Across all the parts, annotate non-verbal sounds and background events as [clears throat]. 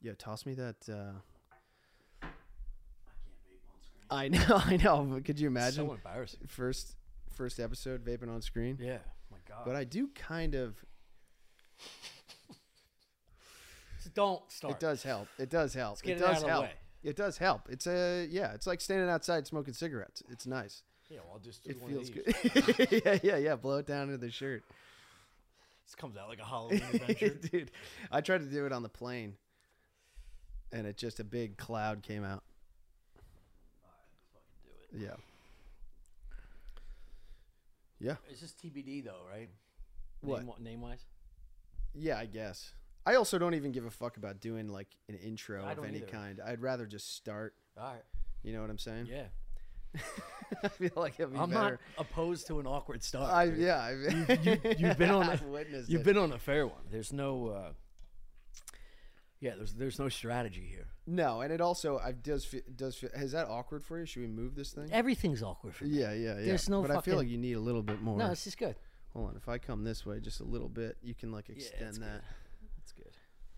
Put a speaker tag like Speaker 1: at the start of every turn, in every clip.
Speaker 1: Yo, toss me that. Uh... I know, [laughs] I know. But could you imagine
Speaker 2: So embarrassing.
Speaker 1: first first episode vaping on screen?
Speaker 2: Yeah. My God.
Speaker 1: But I do kind of.
Speaker 2: Just don't start.
Speaker 1: It does help. It does help.
Speaker 2: get
Speaker 1: it
Speaker 2: it out
Speaker 1: does
Speaker 2: of the
Speaker 1: help.
Speaker 2: way.
Speaker 1: It does help. It's a yeah. It's like standing outside smoking cigarettes. It's nice.
Speaker 2: Yeah, well, I'll just do
Speaker 1: It
Speaker 2: one
Speaker 1: feels
Speaker 2: of these.
Speaker 1: good. [laughs] yeah, yeah, yeah. Blow it down into the shirt.
Speaker 2: This comes out like a Halloween adventure.
Speaker 1: [laughs] Dude, I tried to do it on the plane, and it just a big cloud came out. Yeah. Yeah.
Speaker 2: it's just TBD though, right?
Speaker 1: What?
Speaker 2: Name, name wise?
Speaker 1: Yeah, I guess. I also don't even give a fuck about doing like an intro
Speaker 2: I
Speaker 1: of
Speaker 2: don't
Speaker 1: any
Speaker 2: either.
Speaker 1: kind. I'd rather just start.
Speaker 2: All right.
Speaker 1: You know what I'm saying?
Speaker 2: Yeah.
Speaker 1: [laughs] I feel like it'd be
Speaker 2: I'm
Speaker 1: better.
Speaker 2: not opposed to an awkward start.
Speaker 1: I
Speaker 2: dude.
Speaker 1: yeah. I've,
Speaker 2: you,
Speaker 1: [laughs]
Speaker 2: you've been on.
Speaker 1: I've
Speaker 2: A,
Speaker 1: witnessed
Speaker 2: you've
Speaker 1: it.
Speaker 2: been on a fair one. There's no. Uh, yeah, there's there's no strategy here.
Speaker 1: no, and it also I does fe- does fe- is that awkward for you? Should we move this thing?
Speaker 2: Everything's awkward for me.
Speaker 1: Yeah, yeah, yeah.
Speaker 2: There's no
Speaker 1: but I feel
Speaker 2: fucking-
Speaker 1: like you need a little bit more.
Speaker 2: No, this is good.
Speaker 1: Hold on, if I come this way just a little bit, you can like
Speaker 2: Yeah,
Speaker 1: extend
Speaker 2: it's good.
Speaker 1: that.
Speaker 2: That's good.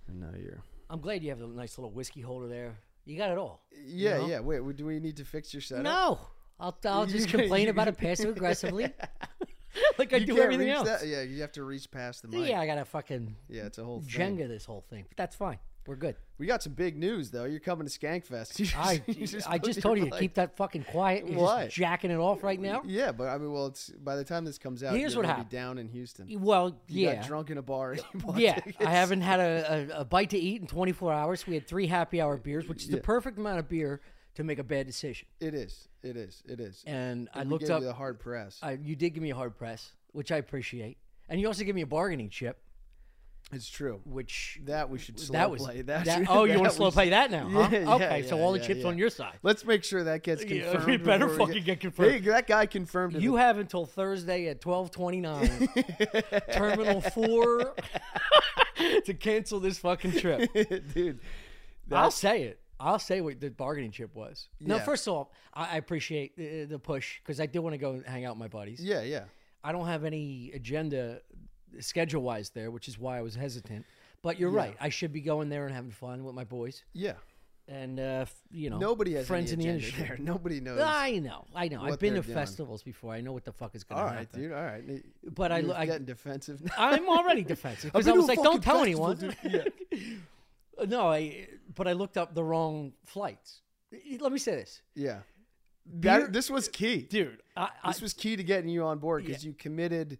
Speaker 1: And now you're.
Speaker 2: I'm glad you have the nice little whiskey holder there. You got it all.
Speaker 1: Yeah,
Speaker 2: know?
Speaker 1: yeah. Wait, w- do we need to fix your setup?
Speaker 2: No, I'll, I'll just
Speaker 1: [laughs] You-
Speaker 2: complain
Speaker 1: you-
Speaker 2: about it passive
Speaker 1: [laughs]
Speaker 2: aggressively, like I
Speaker 1: you
Speaker 2: do
Speaker 1: can't
Speaker 2: everything
Speaker 1: reach
Speaker 2: else.
Speaker 1: That? Yeah, you have to reach past the mic.
Speaker 2: yeah, I gotta fucking
Speaker 1: yeah, it's a whole thing.
Speaker 2: Jenga this whole thing, but that's fine.
Speaker 1: [laughs]
Speaker 2: We're good.
Speaker 1: We got some big news though. You're coming to Skankfest. [laughs] You just-
Speaker 2: I
Speaker 1: you just
Speaker 2: I
Speaker 1: put
Speaker 2: just
Speaker 1: your
Speaker 2: told you to
Speaker 1: mic-
Speaker 2: keep that fucking quiet. You're
Speaker 1: Why?
Speaker 2: just jacking it off right now.
Speaker 1: [laughs] Yeah, but I mean, well, it's by the time this comes out,
Speaker 2: Here's
Speaker 1: you're
Speaker 2: what
Speaker 1: gonna
Speaker 2: happened.
Speaker 1: be down in Houston. You
Speaker 2: Well, yeah,
Speaker 1: got drunk in a bar. And you bought [laughs]
Speaker 2: yeah.
Speaker 1: tickets.
Speaker 2: I haven't had a, a, a bite to eat in 24 hours. We had three happy hour beers, which is the perfect amount of beer to make a bad decision.
Speaker 1: It is. It is. It is.
Speaker 2: And I
Speaker 1: we
Speaker 2: looked
Speaker 1: gave
Speaker 2: up.
Speaker 1: you the hard press.
Speaker 2: I, you did give me a hard press, which I appreciate, and you also gave me a bargaining chip,
Speaker 1: It's true.
Speaker 2: which
Speaker 1: That we should slow
Speaker 2: that was
Speaker 1: play. That,
Speaker 2: that-
Speaker 1: should- [laughs]
Speaker 2: oh, you
Speaker 1: that
Speaker 2: want to
Speaker 1: we
Speaker 2: slow
Speaker 1: should-
Speaker 2: play that now? Huh?
Speaker 1: [laughs] Yeah, yeah,
Speaker 2: okay, so
Speaker 1: yeah,
Speaker 2: all the
Speaker 1: yeah,
Speaker 2: chips
Speaker 1: yeah.
Speaker 2: on your side.
Speaker 1: Let's make sure that gets
Speaker 2: Yeah,
Speaker 1: confirmed.
Speaker 2: it [laughs] better
Speaker 1: before we
Speaker 2: fucking get confirmed.
Speaker 1: Hey, that guy confirmed it. [laughs]
Speaker 2: You have until Thursday at twelve twenty nine, Terminal Four, to cancel this fucking trip.
Speaker 1: dude.
Speaker 2: I'll say it. I'll say what the bargaining chip was. No,
Speaker 1: Yeah.
Speaker 2: first of all, I, I appreciate the, the push because I do want to go and hang out with my buddies.
Speaker 1: Yeah, yeah.
Speaker 2: I don't have any agenda schedule wise there, which is why I was hesitant. But you're right. I should be going there and having fun with my boys
Speaker 1: Yeah.
Speaker 2: and uh, f- you know
Speaker 1: Nobody has
Speaker 2: friends
Speaker 1: any
Speaker 2: in the
Speaker 1: agenda
Speaker 2: industry. Ah,
Speaker 1: there. Nobody knows.
Speaker 2: [laughs] I know, I know. I've been to
Speaker 1: they're doing.
Speaker 2: festivals before. I know what the fuck is going
Speaker 1: all
Speaker 2: to
Speaker 1: right,
Speaker 2: happen.
Speaker 1: dude. All right.
Speaker 2: But I
Speaker 1: You're
Speaker 2: lo- I-
Speaker 1: getting defensive. now.
Speaker 2: I'm already defensive
Speaker 1: I've
Speaker 2: because I
Speaker 1: been
Speaker 2: was
Speaker 1: to a
Speaker 2: like, don't
Speaker 1: fucking
Speaker 2: tell
Speaker 1: festival,
Speaker 2: anyone. [laughs] no, I. But I looked up the wrong flights. Let me say this,
Speaker 1: yeah. That,
Speaker 2: Beer-
Speaker 1: this was key,
Speaker 2: dude. I, I, [laughs]
Speaker 1: This was key to getting you on board because you committed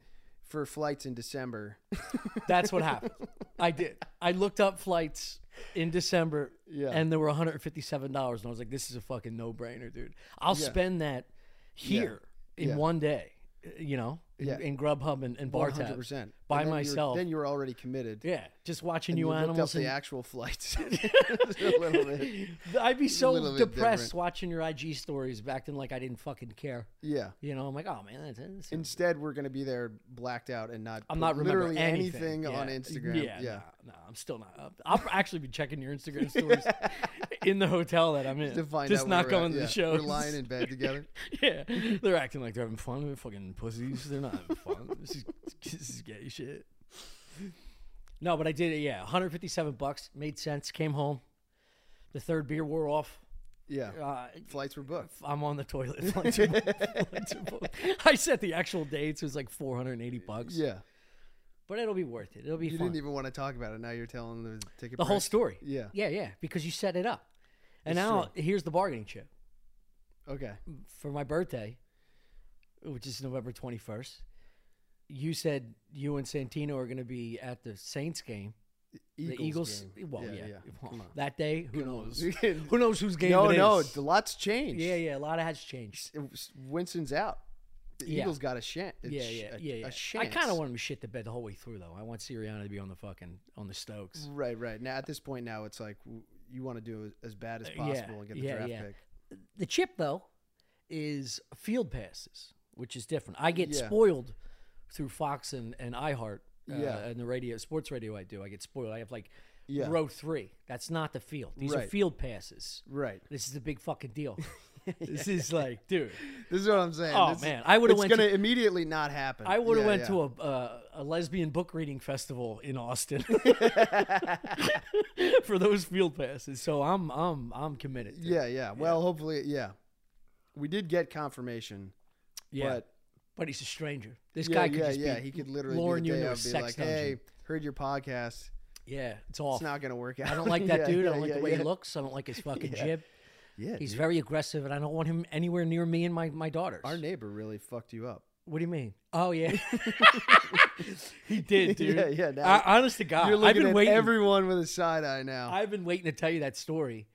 Speaker 1: for flights in
Speaker 2: [laughs]
Speaker 1: December.
Speaker 2: that's what happened. I did. I looked up flights in December,
Speaker 1: Yeah.
Speaker 2: and there were 157 dollars, and I was like, this is a fucking no brainer, dude. I'll spend that here in
Speaker 1: Yeah.
Speaker 2: one day. You know, in,
Speaker 1: Yeah.
Speaker 2: in Grubhub and, and bar tabs
Speaker 1: 100%. And
Speaker 2: by
Speaker 1: then you were-
Speaker 2: myself.
Speaker 1: then you were already committed.
Speaker 2: yeah, just watching you,
Speaker 1: You looked up
Speaker 2: animals.
Speaker 1: the
Speaker 2: and-
Speaker 1: actual
Speaker 2: [laughs]
Speaker 1: flights. [laughs] It's a little bit-
Speaker 2: I'd be
Speaker 1: little
Speaker 2: so
Speaker 1: bit
Speaker 2: depressed
Speaker 1: different.
Speaker 2: watching your IG stories, acting like I didn't fucking care.
Speaker 1: Yeah.
Speaker 2: You know, I'm like, oh man, that's, that's
Speaker 1: Instead, we're going to be there blacked out and not.
Speaker 2: I'm
Speaker 1: put
Speaker 2: not
Speaker 1: literally
Speaker 2: remembering
Speaker 1: anything,
Speaker 2: Yeah.
Speaker 1: on Instagram.
Speaker 2: Yeah,
Speaker 1: Yeah,
Speaker 2: No, I'm still not. Up. I'll actually be checking your
Speaker 1: [laughs]
Speaker 2: Instagram stories in the hotel that I'm in.
Speaker 1: to find
Speaker 2: just
Speaker 1: out where
Speaker 2: not
Speaker 1: we're
Speaker 2: going
Speaker 1: at.
Speaker 2: to
Speaker 1: Yeah.
Speaker 2: the show.
Speaker 1: We're lying in bed together.
Speaker 2: [laughs] yeah, they're acting like they're having fun. They're fucking pussies. They're not
Speaker 1: [laughs]
Speaker 2: having fun. this is this is gay shit. No, but I did it. Yeah, 157 bucks made sense. Came home, the third beer wore off.
Speaker 1: Yeah,
Speaker 2: Uh,
Speaker 1: flights were booked.
Speaker 2: I'm on the toilet. [laughs] Flights are booked. Flights are booked. I set the actual dates. It was like 480 bucks.
Speaker 1: Yeah,
Speaker 2: But it'll be worth it. It'll be
Speaker 1: you
Speaker 2: fun.
Speaker 1: didn't even want to talk about it. Now you're telling the ticket.
Speaker 2: the whole
Speaker 1: price.
Speaker 2: story.
Speaker 1: Yeah.
Speaker 2: Yeah, yeah. Because you set it up. And
Speaker 1: It's
Speaker 2: now here's the bargaining chip
Speaker 1: Okay.
Speaker 2: for my birthday, which is November 21st. You said you and Santino are going to be at the Saints game. the Eagles.
Speaker 1: game.
Speaker 2: Well, yeah.
Speaker 1: Come on.
Speaker 2: That day,
Speaker 1: [laughs]
Speaker 2: who [laughs] knows?
Speaker 1: on.
Speaker 2: who knows whose game
Speaker 1: No,
Speaker 2: it
Speaker 1: no,
Speaker 2: is?
Speaker 1: the lots changed.
Speaker 2: Yeah, yeah. A lot of has changed.
Speaker 1: It was- Winston's out. The
Speaker 2: Yeah.
Speaker 1: Eagles got a chance.
Speaker 2: Yeah, yeah,
Speaker 1: a,
Speaker 2: yeah, yeah.
Speaker 1: A
Speaker 2: I
Speaker 1: chance.
Speaker 2: kind of want him to shit the bed the whole way through, though. I want Sirianni to be on the fucking on the Stokes.
Speaker 1: Right, right. Now at this point, now it's like w- you want to do as bad as possible and get the
Speaker 2: yeah,
Speaker 1: draft
Speaker 2: yeah.
Speaker 1: pick.
Speaker 2: The chip though is field passes, which is different. I get
Speaker 1: Yeah.
Speaker 2: spoiled through Fox and and iHeart. Uh,
Speaker 1: Yeah.
Speaker 2: and the radio, sports radio, I do. I get spoiled. I have like
Speaker 1: Yeah.
Speaker 2: row three. That's not the field. These are
Speaker 1: Right.
Speaker 2: field passes.
Speaker 1: Right. [laughs]
Speaker 2: This is the big fucking deal. This is like, dude.
Speaker 1: This is what I'm saying.
Speaker 2: Oh
Speaker 1: This is-
Speaker 2: man, I would have
Speaker 1: it's
Speaker 2: went.
Speaker 1: gonna
Speaker 2: To,
Speaker 1: immediately not happen.
Speaker 2: I would have went
Speaker 1: a.
Speaker 2: to a uh, a lesbian book reading festival
Speaker 1: [laughs]
Speaker 2: in Austin [laughs] for those field passes. So I'm I'm I'm committed. dude.
Speaker 1: Yeah, yeah. Well, hopefully, yeah. We did get confirmation,
Speaker 2: yeah.
Speaker 1: but
Speaker 2: But he's a stranger. This
Speaker 1: yeah,
Speaker 2: guy could
Speaker 1: yeah,
Speaker 2: just
Speaker 1: yeah.
Speaker 2: be
Speaker 1: he could literally
Speaker 2: luring
Speaker 1: be,
Speaker 2: you
Speaker 1: the
Speaker 2: into
Speaker 1: day
Speaker 2: a
Speaker 1: of be
Speaker 2: sex
Speaker 1: like,
Speaker 2: dungeon.
Speaker 1: "Hey, heard your podcast. [laughs]
Speaker 2: yeah, it's
Speaker 1: It's
Speaker 2: awful.
Speaker 1: not gonna work out.
Speaker 2: I don't
Speaker 1: [laughs]
Speaker 2: like that
Speaker 1: Yeah,
Speaker 2: dude. I
Speaker 1: yeah,
Speaker 2: don't like
Speaker 1: yeah,
Speaker 2: the way
Speaker 1: yeah.
Speaker 2: he looks. I
Speaker 1: [laughs]
Speaker 2: don't like his fucking
Speaker 1: Yeah.
Speaker 2: jib.
Speaker 1: Yeah,
Speaker 2: He's
Speaker 1: dude.
Speaker 2: very aggressive, and I don't want him anywhere near me and my my daughters.
Speaker 1: our neighbor really fucked you up.
Speaker 2: what do you mean?
Speaker 1: [laughs]
Speaker 2: Oh yeah, [laughs] he did, dude.
Speaker 1: Yeah, yeah, now-
Speaker 2: I, honest to
Speaker 1: [laughs]
Speaker 2: God,
Speaker 1: You're
Speaker 2: I've
Speaker 1: looking
Speaker 2: been
Speaker 1: at
Speaker 2: waiting.
Speaker 1: everyone with a side eye now.
Speaker 2: I've been waiting to tell you that story,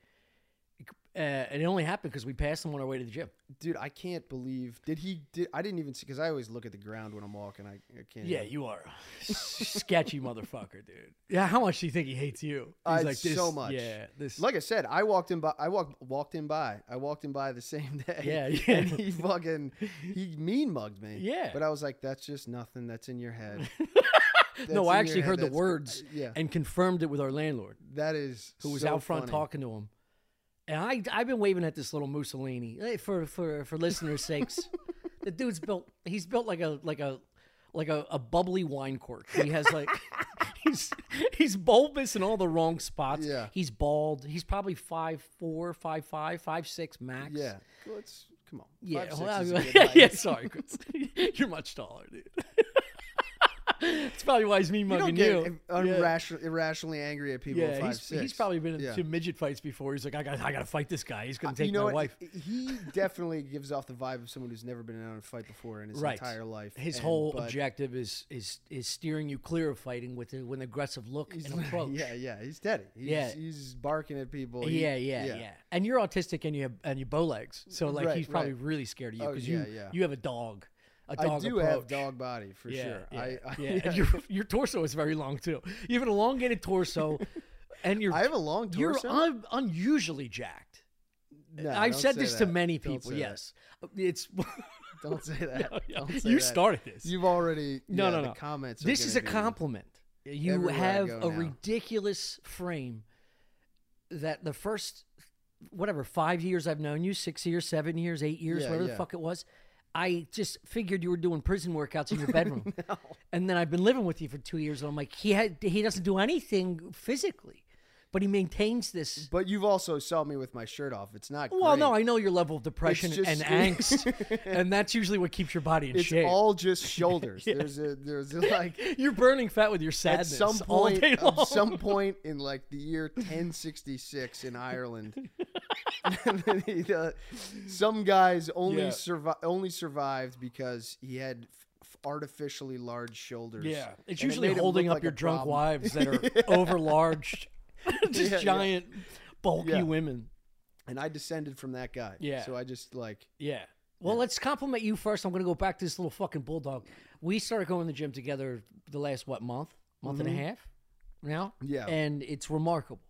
Speaker 2: uh, and it only happened because we passed him on our way to the gym.
Speaker 1: dude, I can't believe. Did he? Did I didn't even see because I always look at the ground when I'm walking. I, I can't.
Speaker 2: Yeah,
Speaker 1: even-
Speaker 2: you are a sketchy motherfucker, dude. Yeah, how much do you think he hates you?
Speaker 1: I- so much.
Speaker 2: Yeah, this.
Speaker 1: Like I said, I walked in by. I walked walked in by. I walked in by the same [laughs] day.
Speaker 2: Yeah, yeah.
Speaker 1: And he fucking he mean mugged me.
Speaker 2: Yeah.
Speaker 1: But I was like, that's just nothing. That's in your
Speaker 2: [laughs]
Speaker 1: head. That's in
Speaker 2: no,
Speaker 1: your
Speaker 2: I actually
Speaker 1: head.
Speaker 2: heard the
Speaker 1: That's- uh,
Speaker 2: words
Speaker 1: Yeah.
Speaker 2: and confirmed it with our landlord.
Speaker 1: That is
Speaker 2: who was
Speaker 1: so
Speaker 2: out front
Speaker 1: funny.
Speaker 2: talking to him. And I, I've been waving at this little Mussolini Hey, for for for listeners'
Speaker 1: [laughs]
Speaker 2: sakes. the dude's built. He's built like a like a like a, a bubbly wine cork. He has like [laughs] he's he's bulbous in all the wrong spots.
Speaker 1: Yeah.
Speaker 2: He's bald. He's probably five four, five five, five six max.
Speaker 1: Yeah. Let's come on.
Speaker 2: Yeah,
Speaker 1: Five, six
Speaker 2: well, [laughs]
Speaker 1: is a
Speaker 2: I-
Speaker 1: good height.
Speaker 2: yeah. Sorry, Chris. [laughs] you're much taller, dude. [laughs] That's probably why he's me
Speaker 1: You
Speaker 2: mugging
Speaker 1: don't
Speaker 2: you.
Speaker 1: get
Speaker 2: Yeah.
Speaker 1: irrational, irrationally angry at people.
Speaker 2: Yeah,
Speaker 1: at five,
Speaker 2: he's,
Speaker 1: six.
Speaker 2: he's probably been in
Speaker 1: Yeah.
Speaker 2: two midget fights before. He's like, I got, I got to fight this guy. He's going to take
Speaker 1: you know
Speaker 2: my
Speaker 1: what?
Speaker 2: wife.
Speaker 1: He definitely gives off the vibe of someone who's never been in a fight before in his
Speaker 2: Right.
Speaker 1: entire life.
Speaker 2: His
Speaker 1: and-
Speaker 2: whole
Speaker 1: but
Speaker 2: objective is is is steering you clear of fighting with, a, with an aggressive look
Speaker 1: he's
Speaker 2: and
Speaker 1: li-
Speaker 2: approach.
Speaker 1: [laughs] Yeah, yeah. He's dead. He's,
Speaker 2: Yeah.
Speaker 1: he's barking at people. He-
Speaker 2: yeah, yeah, yeah, And you're autistic and you have and you bow legs, so like
Speaker 1: Right,
Speaker 2: he's probably
Speaker 1: right.
Speaker 2: really scared of you
Speaker 1: Oh,
Speaker 2: because
Speaker 1: yeah,
Speaker 2: you
Speaker 1: yeah.
Speaker 2: you have a dog. A
Speaker 1: I
Speaker 2: dog
Speaker 1: do
Speaker 2: approach.
Speaker 1: have dog body for
Speaker 2: yeah,
Speaker 1: sure.
Speaker 2: Yeah,
Speaker 1: I, [laughs] I,
Speaker 2: yeah. And your your torso is very long too. You have an elongated torso,
Speaker 1: [laughs]
Speaker 2: and you're
Speaker 1: I have a long
Speaker 2: you're
Speaker 1: torso.
Speaker 2: un, unusually jacked.
Speaker 1: No,
Speaker 2: I've
Speaker 1: don't
Speaker 2: said
Speaker 1: say
Speaker 2: this to
Speaker 1: that.
Speaker 2: many
Speaker 1: Don't
Speaker 2: people.
Speaker 1: say that.
Speaker 2: Yes, it's [laughs]
Speaker 1: Don't say that. Don't say
Speaker 2: you
Speaker 1: that.
Speaker 2: started this.
Speaker 1: You've already
Speaker 2: no,
Speaker 1: yeah,
Speaker 2: no,
Speaker 1: the
Speaker 2: no.
Speaker 1: Comments. are
Speaker 2: this is
Speaker 1: gonna
Speaker 2: a
Speaker 1: be-
Speaker 2: compliment. You
Speaker 1: Everywhere I
Speaker 2: have
Speaker 1: go
Speaker 2: a
Speaker 1: now.
Speaker 2: ridiculous frame. That the first, whatever, five years I've known you, six years, seven years, eight years,
Speaker 1: Yeah,
Speaker 2: whatever
Speaker 1: yeah.
Speaker 2: the fuck it was. I just figured you were doing prison workouts in
Speaker 1: [laughs]
Speaker 2: your bedroom, and then I've been living with you for two years, and I'm like, he had he doesn't do anything physically, but he maintains this
Speaker 1: But you've also saw me with my shirt off. It's not.
Speaker 2: Well,
Speaker 1: great.
Speaker 2: no, I know your level of depression
Speaker 1: It's
Speaker 2: and
Speaker 1: just- [laughs]
Speaker 2: angst, and that's usually what keeps your body in
Speaker 1: It's
Speaker 2: shape.
Speaker 1: all just
Speaker 2: [laughs]
Speaker 1: shoulders. There's a there's a, like
Speaker 2: You're burning fat with your
Speaker 1: at
Speaker 2: sadness
Speaker 1: some
Speaker 2: all
Speaker 1: point
Speaker 2: day long.
Speaker 1: at some point in like the year 1066 in Ireland.
Speaker 2: [laughs]
Speaker 1: [laughs] he, uh, some guys only
Speaker 2: Yeah.
Speaker 1: survi- only survived because he had f- artificially large shoulders.
Speaker 2: yeah, it's
Speaker 1: And it
Speaker 2: usually
Speaker 1: made him
Speaker 2: holding
Speaker 1: look
Speaker 2: up
Speaker 1: like
Speaker 2: your
Speaker 1: a
Speaker 2: drunk
Speaker 1: problem. [laughs]
Speaker 2: wives that are overlarged, just
Speaker 1: Yeah, yeah.
Speaker 2: giant, bulky
Speaker 1: Yeah.
Speaker 2: women.
Speaker 1: And I descended from that guy.
Speaker 2: Yeah.
Speaker 1: So I just like
Speaker 2: Yeah. Well, let's compliment you first. I'm going to go back to this little fucking bulldog. We started going to the gym together the last what month, month and a half, now.
Speaker 1: Mm-hmm. Yeah.
Speaker 2: and it's remarkable.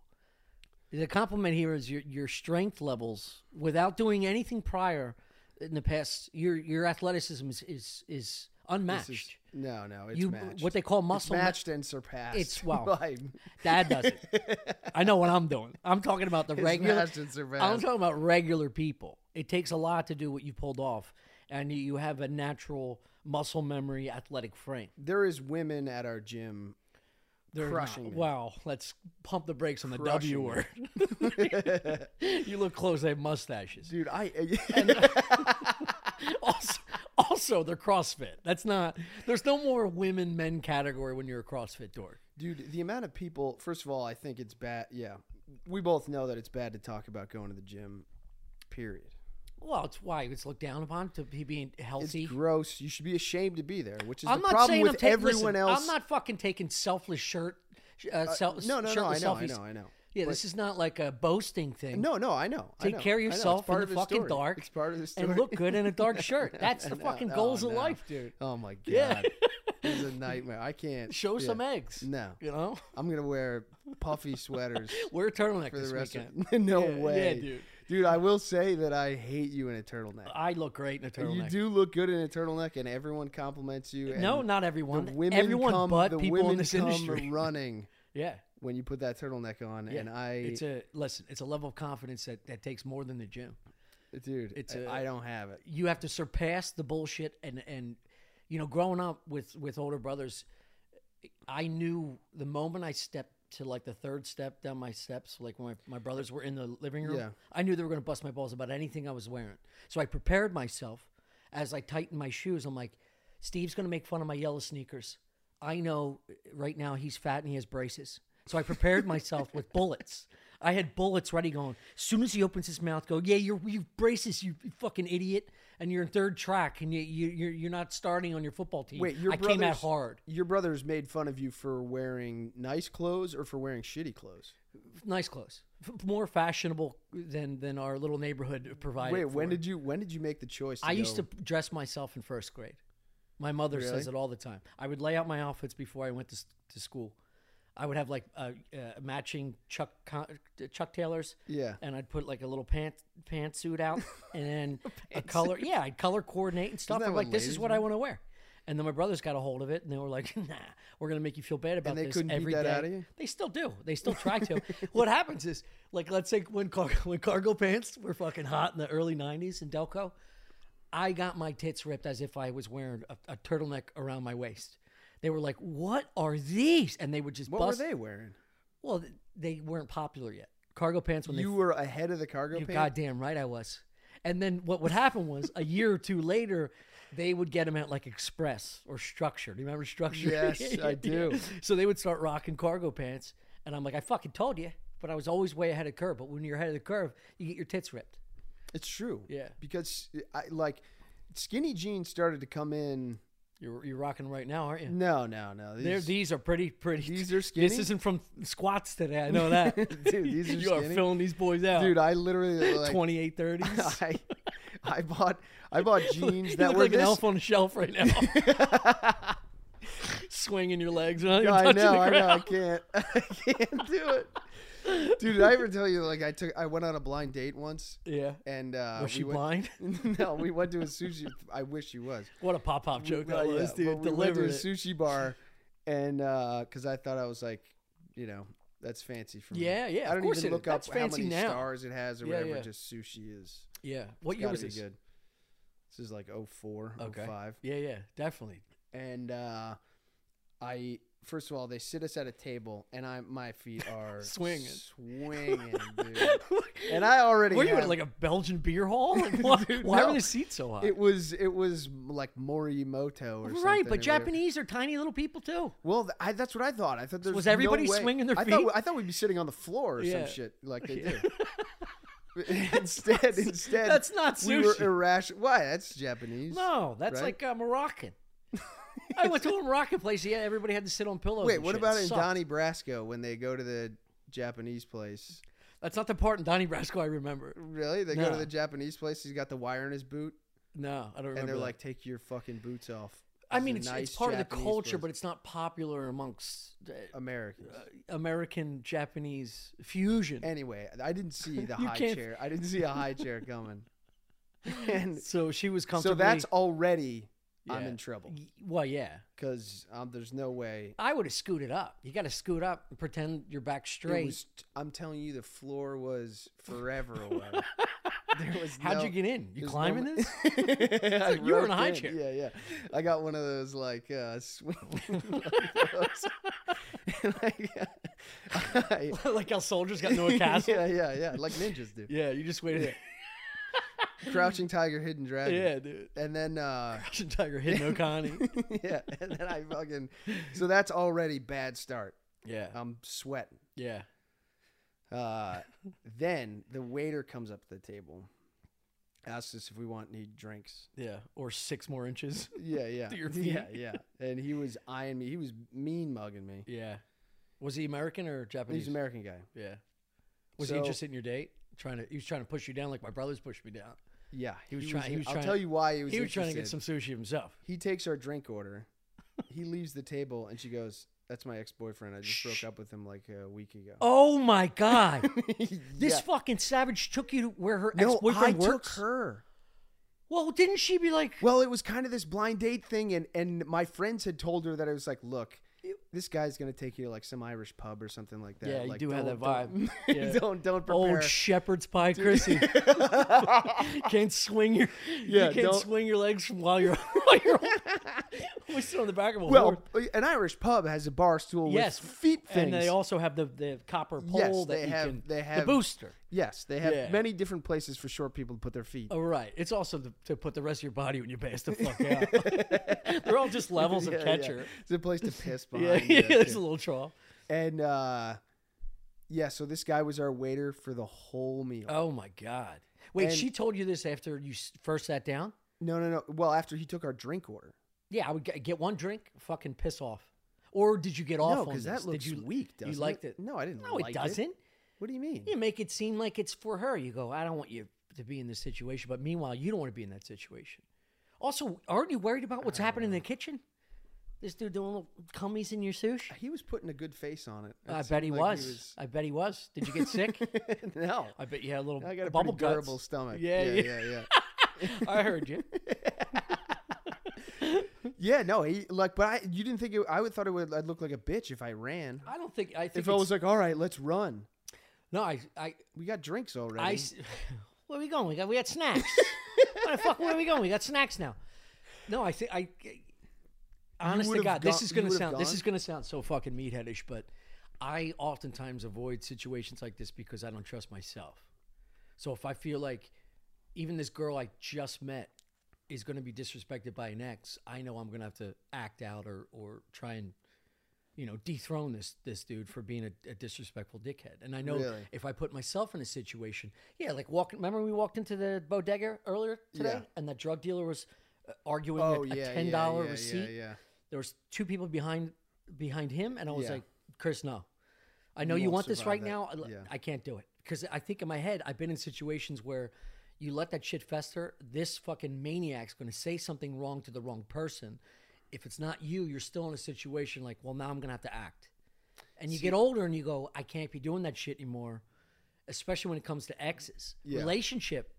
Speaker 2: The compliment here is your your strength levels without doing anything prior in the past. Your your athleticism is is, is unmatched.
Speaker 1: this is- no, no, it's
Speaker 2: you
Speaker 1: matched.
Speaker 2: what they call
Speaker 1: it's
Speaker 2: muscle ma-
Speaker 1: matched and surpassed. [laughs]
Speaker 2: It's- wow.
Speaker 1: by-
Speaker 2: Dad does it.
Speaker 1: [laughs]
Speaker 2: I know what I'm doing. I'm talking about the regular.
Speaker 1: matched and
Speaker 2: I'm
Speaker 1: surpassed.
Speaker 2: talking about regular people. It takes a lot to do what you pulled off, and you- you have a natural muscle memory, athletic frame.
Speaker 1: There is women at our gym
Speaker 2: They're not-
Speaker 1: crushing me.
Speaker 2: Wow, let's pump the brakes on the
Speaker 1: Crushing
Speaker 2: W
Speaker 1: me.
Speaker 2: word. [laughs] you look close. They
Speaker 1: [laughs]
Speaker 2: have mustaches.
Speaker 1: Dude, I
Speaker 2: Also, also, they're CrossFit. That's not. There's no more women men category when you're a CrossFit dork.
Speaker 1: Dude, the amount of people. First of all, I think it's bad. Yeah, we both know that it's bad to talk about going to the gym. Period.
Speaker 2: Well, it's why it's looked down upon to be being
Speaker 1: It's
Speaker 2: healthy.
Speaker 1: gross. You should be ashamed to be there, which is
Speaker 2: I'm
Speaker 1: the
Speaker 2: not
Speaker 1: problem
Speaker 2: saying
Speaker 1: with
Speaker 2: I'm taking.
Speaker 1: everyone
Speaker 2: listen,
Speaker 1: else.
Speaker 2: I'm not fucking taking selfless shirt. Uh, sel-
Speaker 1: no, no, no. I
Speaker 2: shirtless
Speaker 1: know, I
Speaker 2: selfies.
Speaker 1: know, I know.
Speaker 2: Yeah, this is not like a boasting thing.
Speaker 1: No, no, I know. I
Speaker 2: Take
Speaker 1: know,
Speaker 2: care of
Speaker 1: I know. It's
Speaker 2: yourself
Speaker 1: part
Speaker 2: in
Speaker 1: of
Speaker 2: the fucking
Speaker 1: story.
Speaker 2: dark
Speaker 1: It's part of the story.
Speaker 2: and look good in a dark shirt. That's the
Speaker 1: No,
Speaker 2: fucking
Speaker 1: no,
Speaker 2: goals of
Speaker 1: no.
Speaker 2: life, dude.
Speaker 1: [laughs] Oh my god,
Speaker 2: Yeah.
Speaker 1: this is a nightmare. I can't
Speaker 2: Show
Speaker 1: yeah.
Speaker 2: some eggs.
Speaker 1: No,
Speaker 2: You know,
Speaker 1: I'm gonna wear puffy
Speaker 2: [laughs]
Speaker 1: sweaters
Speaker 2: wear a turtleneck
Speaker 1: for
Speaker 2: this
Speaker 1: the rest
Speaker 2: weekend.
Speaker 1: of. [laughs] no
Speaker 2: Yeah, yeah,
Speaker 1: way,
Speaker 2: dude.
Speaker 1: Dude, I will say that I hate you in a turtleneck.
Speaker 2: I look great in a
Speaker 1: You
Speaker 2: turtleneck.
Speaker 1: do look good in a turtleneck, and everyone compliments you. And
Speaker 2: no,
Speaker 1: the
Speaker 2: not everyone.
Speaker 1: women
Speaker 2: everyone
Speaker 1: come,
Speaker 2: but
Speaker 1: the
Speaker 2: people
Speaker 1: women
Speaker 2: in this
Speaker 1: come
Speaker 2: industry. [laughs]
Speaker 1: running
Speaker 2: Yeah,
Speaker 1: when you put that turtleneck on,
Speaker 2: yeah.
Speaker 1: and I.
Speaker 2: it's a listen. It's a level of confidence that that takes more than the gym.
Speaker 1: dude.
Speaker 2: It's
Speaker 1: It's
Speaker 2: a-
Speaker 1: I I don't have it.
Speaker 2: you have to surpass the bullshit and and you know growing up with with older brothers i knew the moment i stepped to like the third step down my steps like when my, my brothers were in the living room
Speaker 1: Yeah.
Speaker 2: i knew they were going to bust my balls about anything i was wearing so i prepared myself as i tightened my shoes i'm like steve's going to make fun of my yellow sneakers i know uh, right now he's fat and he has braces so i prepared myself with bullets I had bullets ready going. As soon as he opens his mouth, go, yeah, you're, you braces, you fucking idiot. And you're in third track and you, you, you're, you're not starting on your football team.
Speaker 1: Wait, your
Speaker 2: I came out
Speaker 1: brothers-
Speaker 2: hard.
Speaker 1: Your brothers made fun of you for wearing nice clothes or for wearing shitty clothes.
Speaker 2: Nice clothes. F- more fashionable than, than our little neighborhood provided.
Speaker 1: Wait,
Speaker 2: for
Speaker 1: when
Speaker 2: it.
Speaker 1: did you when did you make the choice? To
Speaker 2: I used
Speaker 1: go-
Speaker 2: to dress myself in first grade. My mother says
Speaker 1: Really?
Speaker 2: it all the time. I would lay out my outfits before I went to, s- to school. I would have like uh, uh, matching Chuck Con- Chuck Taylors.
Speaker 1: Yeah.
Speaker 2: and I'd put like a little pant pantsuit
Speaker 1: [laughs]
Speaker 2: out and then a color. Yeah, I'd color coordinate and stuff.
Speaker 1: that
Speaker 2: I'm
Speaker 1: what
Speaker 2: like, this is
Speaker 1: ladies
Speaker 2: what I want to wear. And then my brothers got a hold of it, and they were like, [laughs] "Nah, we're gonna make you feel bad about
Speaker 1: they
Speaker 2: this
Speaker 1: couldn't beat
Speaker 2: every
Speaker 1: that
Speaker 2: day."
Speaker 1: out of you?
Speaker 2: They still do.
Speaker 1: [laughs]
Speaker 2: They still try to. what happens is, like, let's say when car- [laughs] when cargo pants were fucking hot in the early '90s in Delco, I got my tits ripped as if I was wearing a, a turtleneck around my waist. They were like, "What are these?" And they would just
Speaker 1: What
Speaker 2: bust.
Speaker 1: were they wearing?
Speaker 2: Well, th- they weren't popular yet. Cargo pants when they
Speaker 1: You were ahead of the cargo
Speaker 2: you're
Speaker 1: pants.
Speaker 2: goddamn right I was. And then what would happen was a year or two later, they would get them at like Express or Structure. Do you remember Structure?
Speaker 1: Yes,
Speaker 2: [laughs]
Speaker 1: I do.
Speaker 2: So they would start rocking cargo pants, and I'm like, I fucking told you, but I was always way ahead of curve. But when you're ahead of the curve, you get your tits ripped.
Speaker 1: It's true.
Speaker 2: Yeah.
Speaker 1: Because I like skinny jeans started to come in.
Speaker 2: You're you're rocking right now, aren't you?
Speaker 1: No, no, no. These,
Speaker 2: They're, these are pretty pretty.
Speaker 1: these are
Speaker 2: This
Speaker 1: skinny?
Speaker 2: isn't from squats today. I know that.
Speaker 1: [laughs]
Speaker 2: [laughs]
Speaker 1: Dude, these are
Speaker 2: you are
Speaker 1: skinny.
Speaker 2: filling these boys out.
Speaker 1: dude, I
Speaker 2: [laughs]
Speaker 1: literally like,
Speaker 2: 28 [laughs] 30s.
Speaker 1: I, I bought I bought [laughs] jeans
Speaker 2: you
Speaker 1: that
Speaker 2: look
Speaker 1: were
Speaker 2: like an
Speaker 1: this.
Speaker 2: elf on a shelf right now.
Speaker 1: [laughs]
Speaker 2: Swinging your legs, right?
Speaker 1: Yeah, I know, I know, I can't, [laughs] I can't do it, dude. Did I ever tell you like I took I went on a blind date once
Speaker 2: [laughs] Yeah.
Speaker 1: and uh,
Speaker 2: Was she
Speaker 1: we went, [laughs]
Speaker 2: blind? [laughs]
Speaker 1: no, we went to a sushi. I wish she was.
Speaker 2: What a pop pop joke that
Speaker 1: Well, yeah,
Speaker 2: was,
Speaker 1: but
Speaker 2: dude.
Speaker 1: We went to a
Speaker 2: Delivered it.
Speaker 1: sushi bar, and because I thought I was like, you know, that's fancy for me.
Speaker 2: Yeah, yeah,
Speaker 1: I
Speaker 2: of
Speaker 1: don't
Speaker 2: course
Speaker 1: even
Speaker 2: it-
Speaker 1: look up
Speaker 2: that's
Speaker 1: how
Speaker 2: fancy
Speaker 1: many
Speaker 2: now.
Speaker 1: stars it has or
Speaker 2: Yeah,
Speaker 1: whatever.
Speaker 2: yeah.
Speaker 1: Just sushi is.
Speaker 2: Yeah. What
Speaker 1: It's
Speaker 2: year
Speaker 1: gotta
Speaker 2: was
Speaker 1: be
Speaker 2: this?
Speaker 1: good. This is like 04,
Speaker 2: Okay.
Speaker 1: 05.
Speaker 2: Yeah, yeah,
Speaker 1: [laughs]
Speaker 2: definitely.
Speaker 1: and uh, I first of all they sit us at a table, and I my
Speaker 2: [laughs]
Speaker 1: feet are
Speaker 2: Swinging. [laughs]
Speaker 1: swinging, dude. And I already
Speaker 2: were you
Speaker 1: had,
Speaker 2: at like a Belgian
Speaker 1: [laughs]
Speaker 2: beer hall? Like, why
Speaker 1: Dude,
Speaker 2: why were
Speaker 1: no.
Speaker 2: the seats so high?
Speaker 1: it was it was like Morimoto or something.
Speaker 2: right,
Speaker 1: or
Speaker 2: but
Speaker 1: whatever.
Speaker 2: Japanese are tiny little people too.
Speaker 1: Well, th- I, that's what I thought. I thought there
Speaker 2: Was everybody
Speaker 1: no way-
Speaker 2: swinging their
Speaker 1: I thought,
Speaker 2: feet?
Speaker 1: I thought we'd be sitting on the floor or
Speaker 2: Yeah.
Speaker 1: some shit like
Speaker 2: [laughs]
Speaker 1: they do. But [laughs] instead, instead,
Speaker 2: that's not
Speaker 1: We were
Speaker 2: sushi.
Speaker 1: irrational. Why? That's Japanese.
Speaker 2: No, that's
Speaker 1: Right?
Speaker 2: like uh,
Speaker 1: [laughs]
Speaker 2: Moroccan. I went to a Moroccan place. Yeah, everybody had to sit on pillows.
Speaker 1: Wait,
Speaker 2: and
Speaker 1: what
Speaker 2: shit.
Speaker 1: about in
Speaker 2: sucked.
Speaker 1: Donnie Brasco when they go to the Japanese place?
Speaker 2: That's not the part in Donnie Brasco I remember.
Speaker 1: Really? They go
Speaker 2: No.
Speaker 1: to the Japanese place. He's got the wire in his boot,
Speaker 2: No, I don't remember.
Speaker 1: and they're
Speaker 2: that.
Speaker 1: like, "Take your fucking boots off."
Speaker 2: I
Speaker 1: This is
Speaker 2: mean,
Speaker 1: a
Speaker 2: it's, it's
Speaker 1: nice
Speaker 2: part of the
Speaker 1: Japanese
Speaker 2: culture, but
Speaker 1: place."
Speaker 2: it's not popular amongst uh,
Speaker 1: Americans.
Speaker 2: American Japanese fusion.
Speaker 1: anyway, I didn't
Speaker 2: [laughs]
Speaker 1: see the
Speaker 2: You
Speaker 1: high
Speaker 2: can't-
Speaker 1: chair. I didn't see a high
Speaker 2: [laughs]
Speaker 1: chair coming. [laughs] and
Speaker 2: so she was
Speaker 1: so
Speaker 2: comfortably.
Speaker 1: that's already I'm
Speaker 2: Yeah.
Speaker 1: in trouble
Speaker 2: Y- Well, yeah,
Speaker 1: because um, there's no way.
Speaker 2: I would have scooted up. You got to scoot up and pretend you're back
Speaker 1: It
Speaker 2: straight.
Speaker 1: was, I'm telling you, the floor was forever away.
Speaker 2: [laughs]
Speaker 1: there was
Speaker 2: How'd
Speaker 1: no-
Speaker 2: you get in? You
Speaker 1: There's no
Speaker 2: climbing
Speaker 1: way- [laughs]
Speaker 2: this?
Speaker 1: I
Speaker 2: You were in a
Speaker 1: roped
Speaker 2: high chair.
Speaker 1: Yeah, yeah. I got one of those like uh, [laughs] swing. [laughs] those. And [laughs] I-
Speaker 2: [laughs] like how soldiers got into
Speaker 1: [laughs]
Speaker 2: a castle.
Speaker 1: Yeah, yeah, yeah. Like ninjas do.
Speaker 2: yeah. you just waited.
Speaker 1: Crouching tiger, hidden
Speaker 2: Yeah,
Speaker 1: dragon.
Speaker 2: dude.
Speaker 1: And then,
Speaker 2: [laughs]
Speaker 1: uh, [laughs]
Speaker 2: Russian Tiger hitting Okani.
Speaker 1: yeah, and then I fucking. So that's already bad start.
Speaker 2: yeah,
Speaker 1: I'm sweating.
Speaker 2: yeah.
Speaker 1: Uh, then the waiter comes up to the table, asks us if we want any drinks.
Speaker 2: Yeah, or six more inches.
Speaker 1: Yeah, yeah,
Speaker 2: [laughs] To your
Speaker 1: yeah,
Speaker 2: feet.
Speaker 1: yeah. And he was eyeing me. He was mean mugging me.
Speaker 2: Yeah. Was he American or Japanese?
Speaker 1: He's an American guy.
Speaker 2: Yeah. Was he
Speaker 1: So-
Speaker 2: interested in your date? Trying to he was trying to push you down like my brothers pushed me down.
Speaker 1: Yeah,
Speaker 2: He was trying- he was
Speaker 1: I'll
Speaker 2: trying-
Speaker 1: tell you why he
Speaker 2: He was
Speaker 1: was.
Speaker 2: trying to get
Speaker 1: interested.
Speaker 2: some sushi himself.
Speaker 1: He takes our drink order. he leaves the table, and she goes, "That's my ex-boyfriend. I just broke up with him like a week ago."
Speaker 2: Oh my god! this
Speaker 1: [laughs] Yeah.
Speaker 2: fucking savage took you to where her
Speaker 1: no, I
Speaker 2: ex-boyfriend
Speaker 1: took
Speaker 2: works.
Speaker 1: her.
Speaker 2: Well, didn't she be like?
Speaker 1: Well, it was kind of this blind date thing, and and my friends had told her that I was like, "Look, this guy's gonna take you to like some Irish pub or something like that.
Speaker 2: Yeah, you
Speaker 1: Like,
Speaker 2: do have
Speaker 1: [laughs]
Speaker 2: that
Speaker 1: don't-
Speaker 2: vibe. Yeah.
Speaker 1: Don't don't prepare.
Speaker 2: Old shepherd's
Speaker 1: [laughs]
Speaker 2: pie, Chrissy. [laughs] can't swing your
Speaker 1: Yeah,
Speaker 2: you can't
Speaker 1: don't-
Speaker 2: swing your legs from while you're [laughs] while you're we sit on the back of a horse.
Speaker 1: well, an Irish pub has a bar stool
Speaker 2: Yes,
Speaker 1: with feet things.
Speaker 2: and they also have the, the copper pole
Speaker 1: Yes,
Speaker 2: that
Speaker 1: they
Speaker 2: you
Speaker 1: have-
Speaker 2: can
Speaker 1: they have-
Speaker 2: the booster.
Speaker 1: yes, they have
Speaker 2: Yeah.
Speaker 1: many different places for short people to put their feet.
Speaker 2: Oh, right. It's also the, to put the rest of your body when you pass the
Speaker 1: [laughs]
Speaker 2: fuck out. [laughs] They're all just levels
Speaker 1: Yeah,
Speaker 2: of
Speaker 1: yeah.
Speaker 2: catcher.
Speaker 1: It's a place to piss
Speaker 2: [laughs] Yeah,
Speaker 1: behind.
Speaker 2: yeah,
Speaker 1: uh,
Speaker 2: there's
Speaker 1: too.
Speaker 2: a little trough.
Speaker 1: And uh yeah, so this guy was our waiter for the whole meal.
Speaker 2: Oh my god. Wait,
Speaker 1: And-
Speaker 2: she told you this after you s- first sat down?
Speaker 1: no, no, no. Well, after he took our drink order.
Speaker 2: Yeah, I would g- get one drink, fucking piss off. Or did you get off
Speaker 1: no,
Speaker 2: on
Speaker 1: because
Speaker 2: this?
Speaker 1: that looks
Speaker 2: did you,
Speaker 1: weak.
Speaker 2: You
Speaker 1: Doesn't
Speaker 2: liked it?
Speaker 1: No, I didn't.
Speaker 2: No,
Speaker 1: like
Speaker 2: it doesn't.
Speaker 1: What do you mean?
Speaker 2: You make it seem like it's for her. You go, I don't want you to be in this situation, but meanwhile, you don't want to be in that situation. Also, aren't you worried about what's happening in the kitchen? This dude doing little cummies in your sushi?
Speaker 1: He was putting a good face on it. It
Speaker 2: I bet
Speaker 1: seemed
Speaker 2: he,
Speaker 1: like
Speaker 2: was. I bet he was. Did you
Speaker 1: [laughs]
Speaker 2: get sick?
Speaker 1: was.
Speaker 2: [laughs]
Speaker 1: no,
Speaker 2: I bet you had a little
Speaker 1: I got a
Speaker 2: bubble
Speaker 1: pretty
Speaker 2: [laughs]
Speaker 1: durable
Speaker 2: guts.
Speaker 1: stomach.
Speaker 2: Yeah,
Speaker 1: yeah,
Speaker 2: yeah.
Speaker 1: yeah. yeah. [laughs]
Speaker 2: I heard you.
Speaker 1: Yeah, no, he like, but I you didn't think it, I would thought it would I'd look like a bitch if I ran.
Speaker 2: I don't think I think
Speaker 1: If I
Speaker 2: it's-
Speaker 1: was like, all right, let's run.
Speaker 2: no. I I
Speaker 1: We got drinks already.
Speaker 2: I s- [laughs] where are we going? We got we got snacks.
Speaker 1: [laughs]
Speaker 2: Where the fuck? Where are we going? We got snacks now. No, I think I. Honest to
Speaker 1: would've
Speaker 2: God, this
Speaker 1: gone-
Speaker 2: is
Speaker 1: you
Speaker 2: gonna
Speaker 1: would've
Speaker 2: sound this
Speaker 1: gone?
Speaker 2: is gonna sound so fucking meatheadish, but I oftentimes avoid situations like this because I don't trust myself. So if I feel like even this girl I just met is gonna be disrespected by an ex, I know I'm gonna have to act out or or try and you know dethrone this this dude for being a, a disrespectful dickhead. And I know
Speaker 1: Really?
Speaker 2: if I put myself in a situation, yeah, like walking. Remember we walked into the bodega earlier today,
Speaker 1: Yeah.
Speaker 2: and the drug dealer was uh, arguing
Speaker 1: oh
Speaker 2: a,
Speaker 1: yeah, yeah,
Speaker 2: a ten dollar
Speaker 1: yeah, yeah,
Speaker 2: receipt.
Speaker 1: Yeah,
Speaker 2: There was two people behind behind him, and I was
Speaker 1: Yeah.
Speaker 2: like, Chris, no, I know you,
Speaker 1: won't
Speaker 2: want this
Speaker 1: survive
Speaker 2: right
Speaker 1: that.
Speaker 2: now. I,
Speaker 1: Yeah.
Speaker 2: I can't do it because I think in my head I've been in situations where. You let that shit fester. This fucking maniac's going to say something wrong to the wrong person. If it's not you, you're still in a situation like, well, now I'm going to have to act. And you get older and you go, I can't be doing that shit anymore, especially when it comes to exes.
Speaker 1: Yeah.
Speaker 2: Relationship,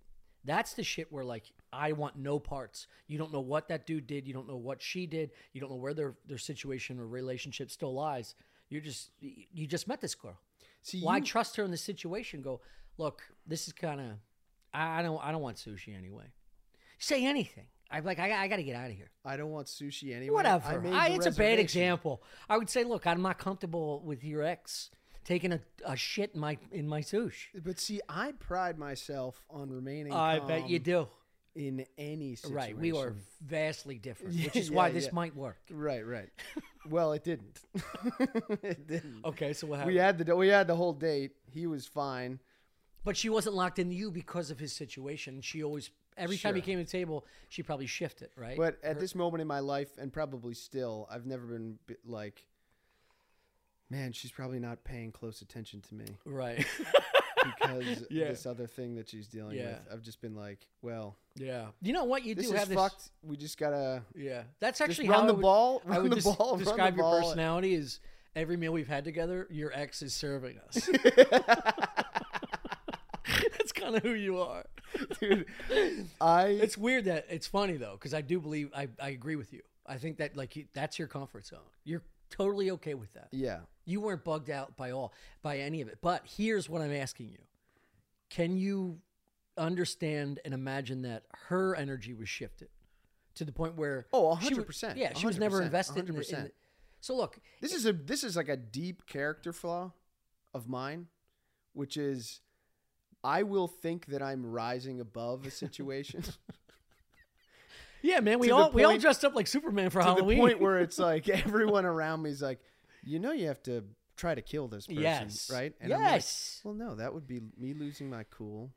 Speaker 2: that's the shit where like I want no parts. You don't know what that dude did, you don't know what she did, you don't know where their their situation or relationship still lies. You're just you just met this girl.
Speaker 1: See,
Speaker 2: Why
Speaker 1: you-
Speaker 2: trust her in this situation? Go, look, this is kind of I, I don't I don't want sushi anyway. Say anything. I'm like I, I got to get out of here.
Speaker 1: I don't want sushi anyway. I
Speaker 2: Whatever.
Speaker 1: made
Speaker 2: I,
Speaker 1: the
Speaker 2: it's a bad
Speaker 1: reservation.
Speaker 2: example. I would say, look, I'm not comfortable with your ex taking a, a shit in my in my sushi.
Speaker 1: But see, I pride myself on remaining.
Speaker 2: I bet you
Speaker 1: calm
Speaker 2: do.
Speaker 1: In any situation.
Speaker 2: Right. We are vastly different,
Speaker 1: Yeah, [laughs]
Speaker 2: which is
Speaker 1: yeah,
Speaker 2: why this
Speaker 1: yeah.
Speaker 2: might work.
Speaker 1: Right,
Speaker 2: [laughs]
Speaker 1: right. well, it didn't. [laughs] it didn't.
Speaker 2: Okay, so what
Speaker 1: We had the we had the whole date. He was fine.
Speaker 2: but she wasn't locked into you because of his situation. She always every time he
Speaker 1: Sure.
Speaker 2: came to the table, she probably shifted, right?
Speaker 1: But at this moment in my life, and probably still, I've never been b- like, man, she's probably not paying close attention to me [laughs]
Speaker 2: right.
Speaker 1: because
Speaker 2: [laughs] Yeah.
Speaker 1: this other thing that she's dealing
Speaker 2: Yeah.
Speaker 1: with. I've just been like, well,
Speaker 2: yeah. You know what? You
Speaker 1: this
Speaker 2: do
Speaker 1: is
Speaker 2: have this.
Speaker 1: fucked. We just gotta
Speaker 2: Yeah. That's
Speaker 1: just
Speaker 2: actually how
Speaker 1: run
Speaker 2: I
Speaker 1: the
Speaker 2: would-
Speaker 1: ball,
Speaker 2: I
Speaker 1: run
Speaker 2: would
Speaker 1: the
Speaker 2: des-
Speaker 1: ball, run the
Speaker 2: describe your
Speaker 1: ball.
Speaker 2: personality as every meal we've had together, your ex is serving
Speaker 1: [laughs]
Speaker 2: us. [laughs] That's kind of who you are.
Speaker 1: dude. I
Speaker 2: It's weird that it's funny though, because I do believe I, I agree with you. I think that like you- that's your comfort zone. You're totally okay with that.
Speaker 1: yeah.
Speaker 2: You weren't bugged out by all by any of it. But here's what I'm asking you: Can you understand and imagine that her energy was shifted to the point where
Speaker 1: Oh,
Speaker 2: she wa-
Speaker 1: 100%,
Speaker 2: Yeah, she was never
Speaker 1: 100%,
Speaker 2: invested. in the- in the-
Speaker 1: 100%.
Speaker 2: so look,
Speaker 1: This is a this is like a deep character flaw of mine, which is I will think that I'm rising above a
Speaker 2: [laughs]
Speaker 1: situation. [laughs]
Speaker 2: yeah, man, we
Speaker 1: to the
Speaker 2: all we all
Speaker 1: point-
Speaker 2: dressed up like Superman for
Speaker 1: to
Speaker 2: Halloween.
Speaker 1: the point where
Speaker 2: [laughs]
Speaker 1: it's like everyone around me is like, you know, you have to try to kill this person,
Speaker 2: yes,
Speaker 1: right? I'm like,
Speaker 2: yes.
Speaker 1: well, no, that would be me losing my cool,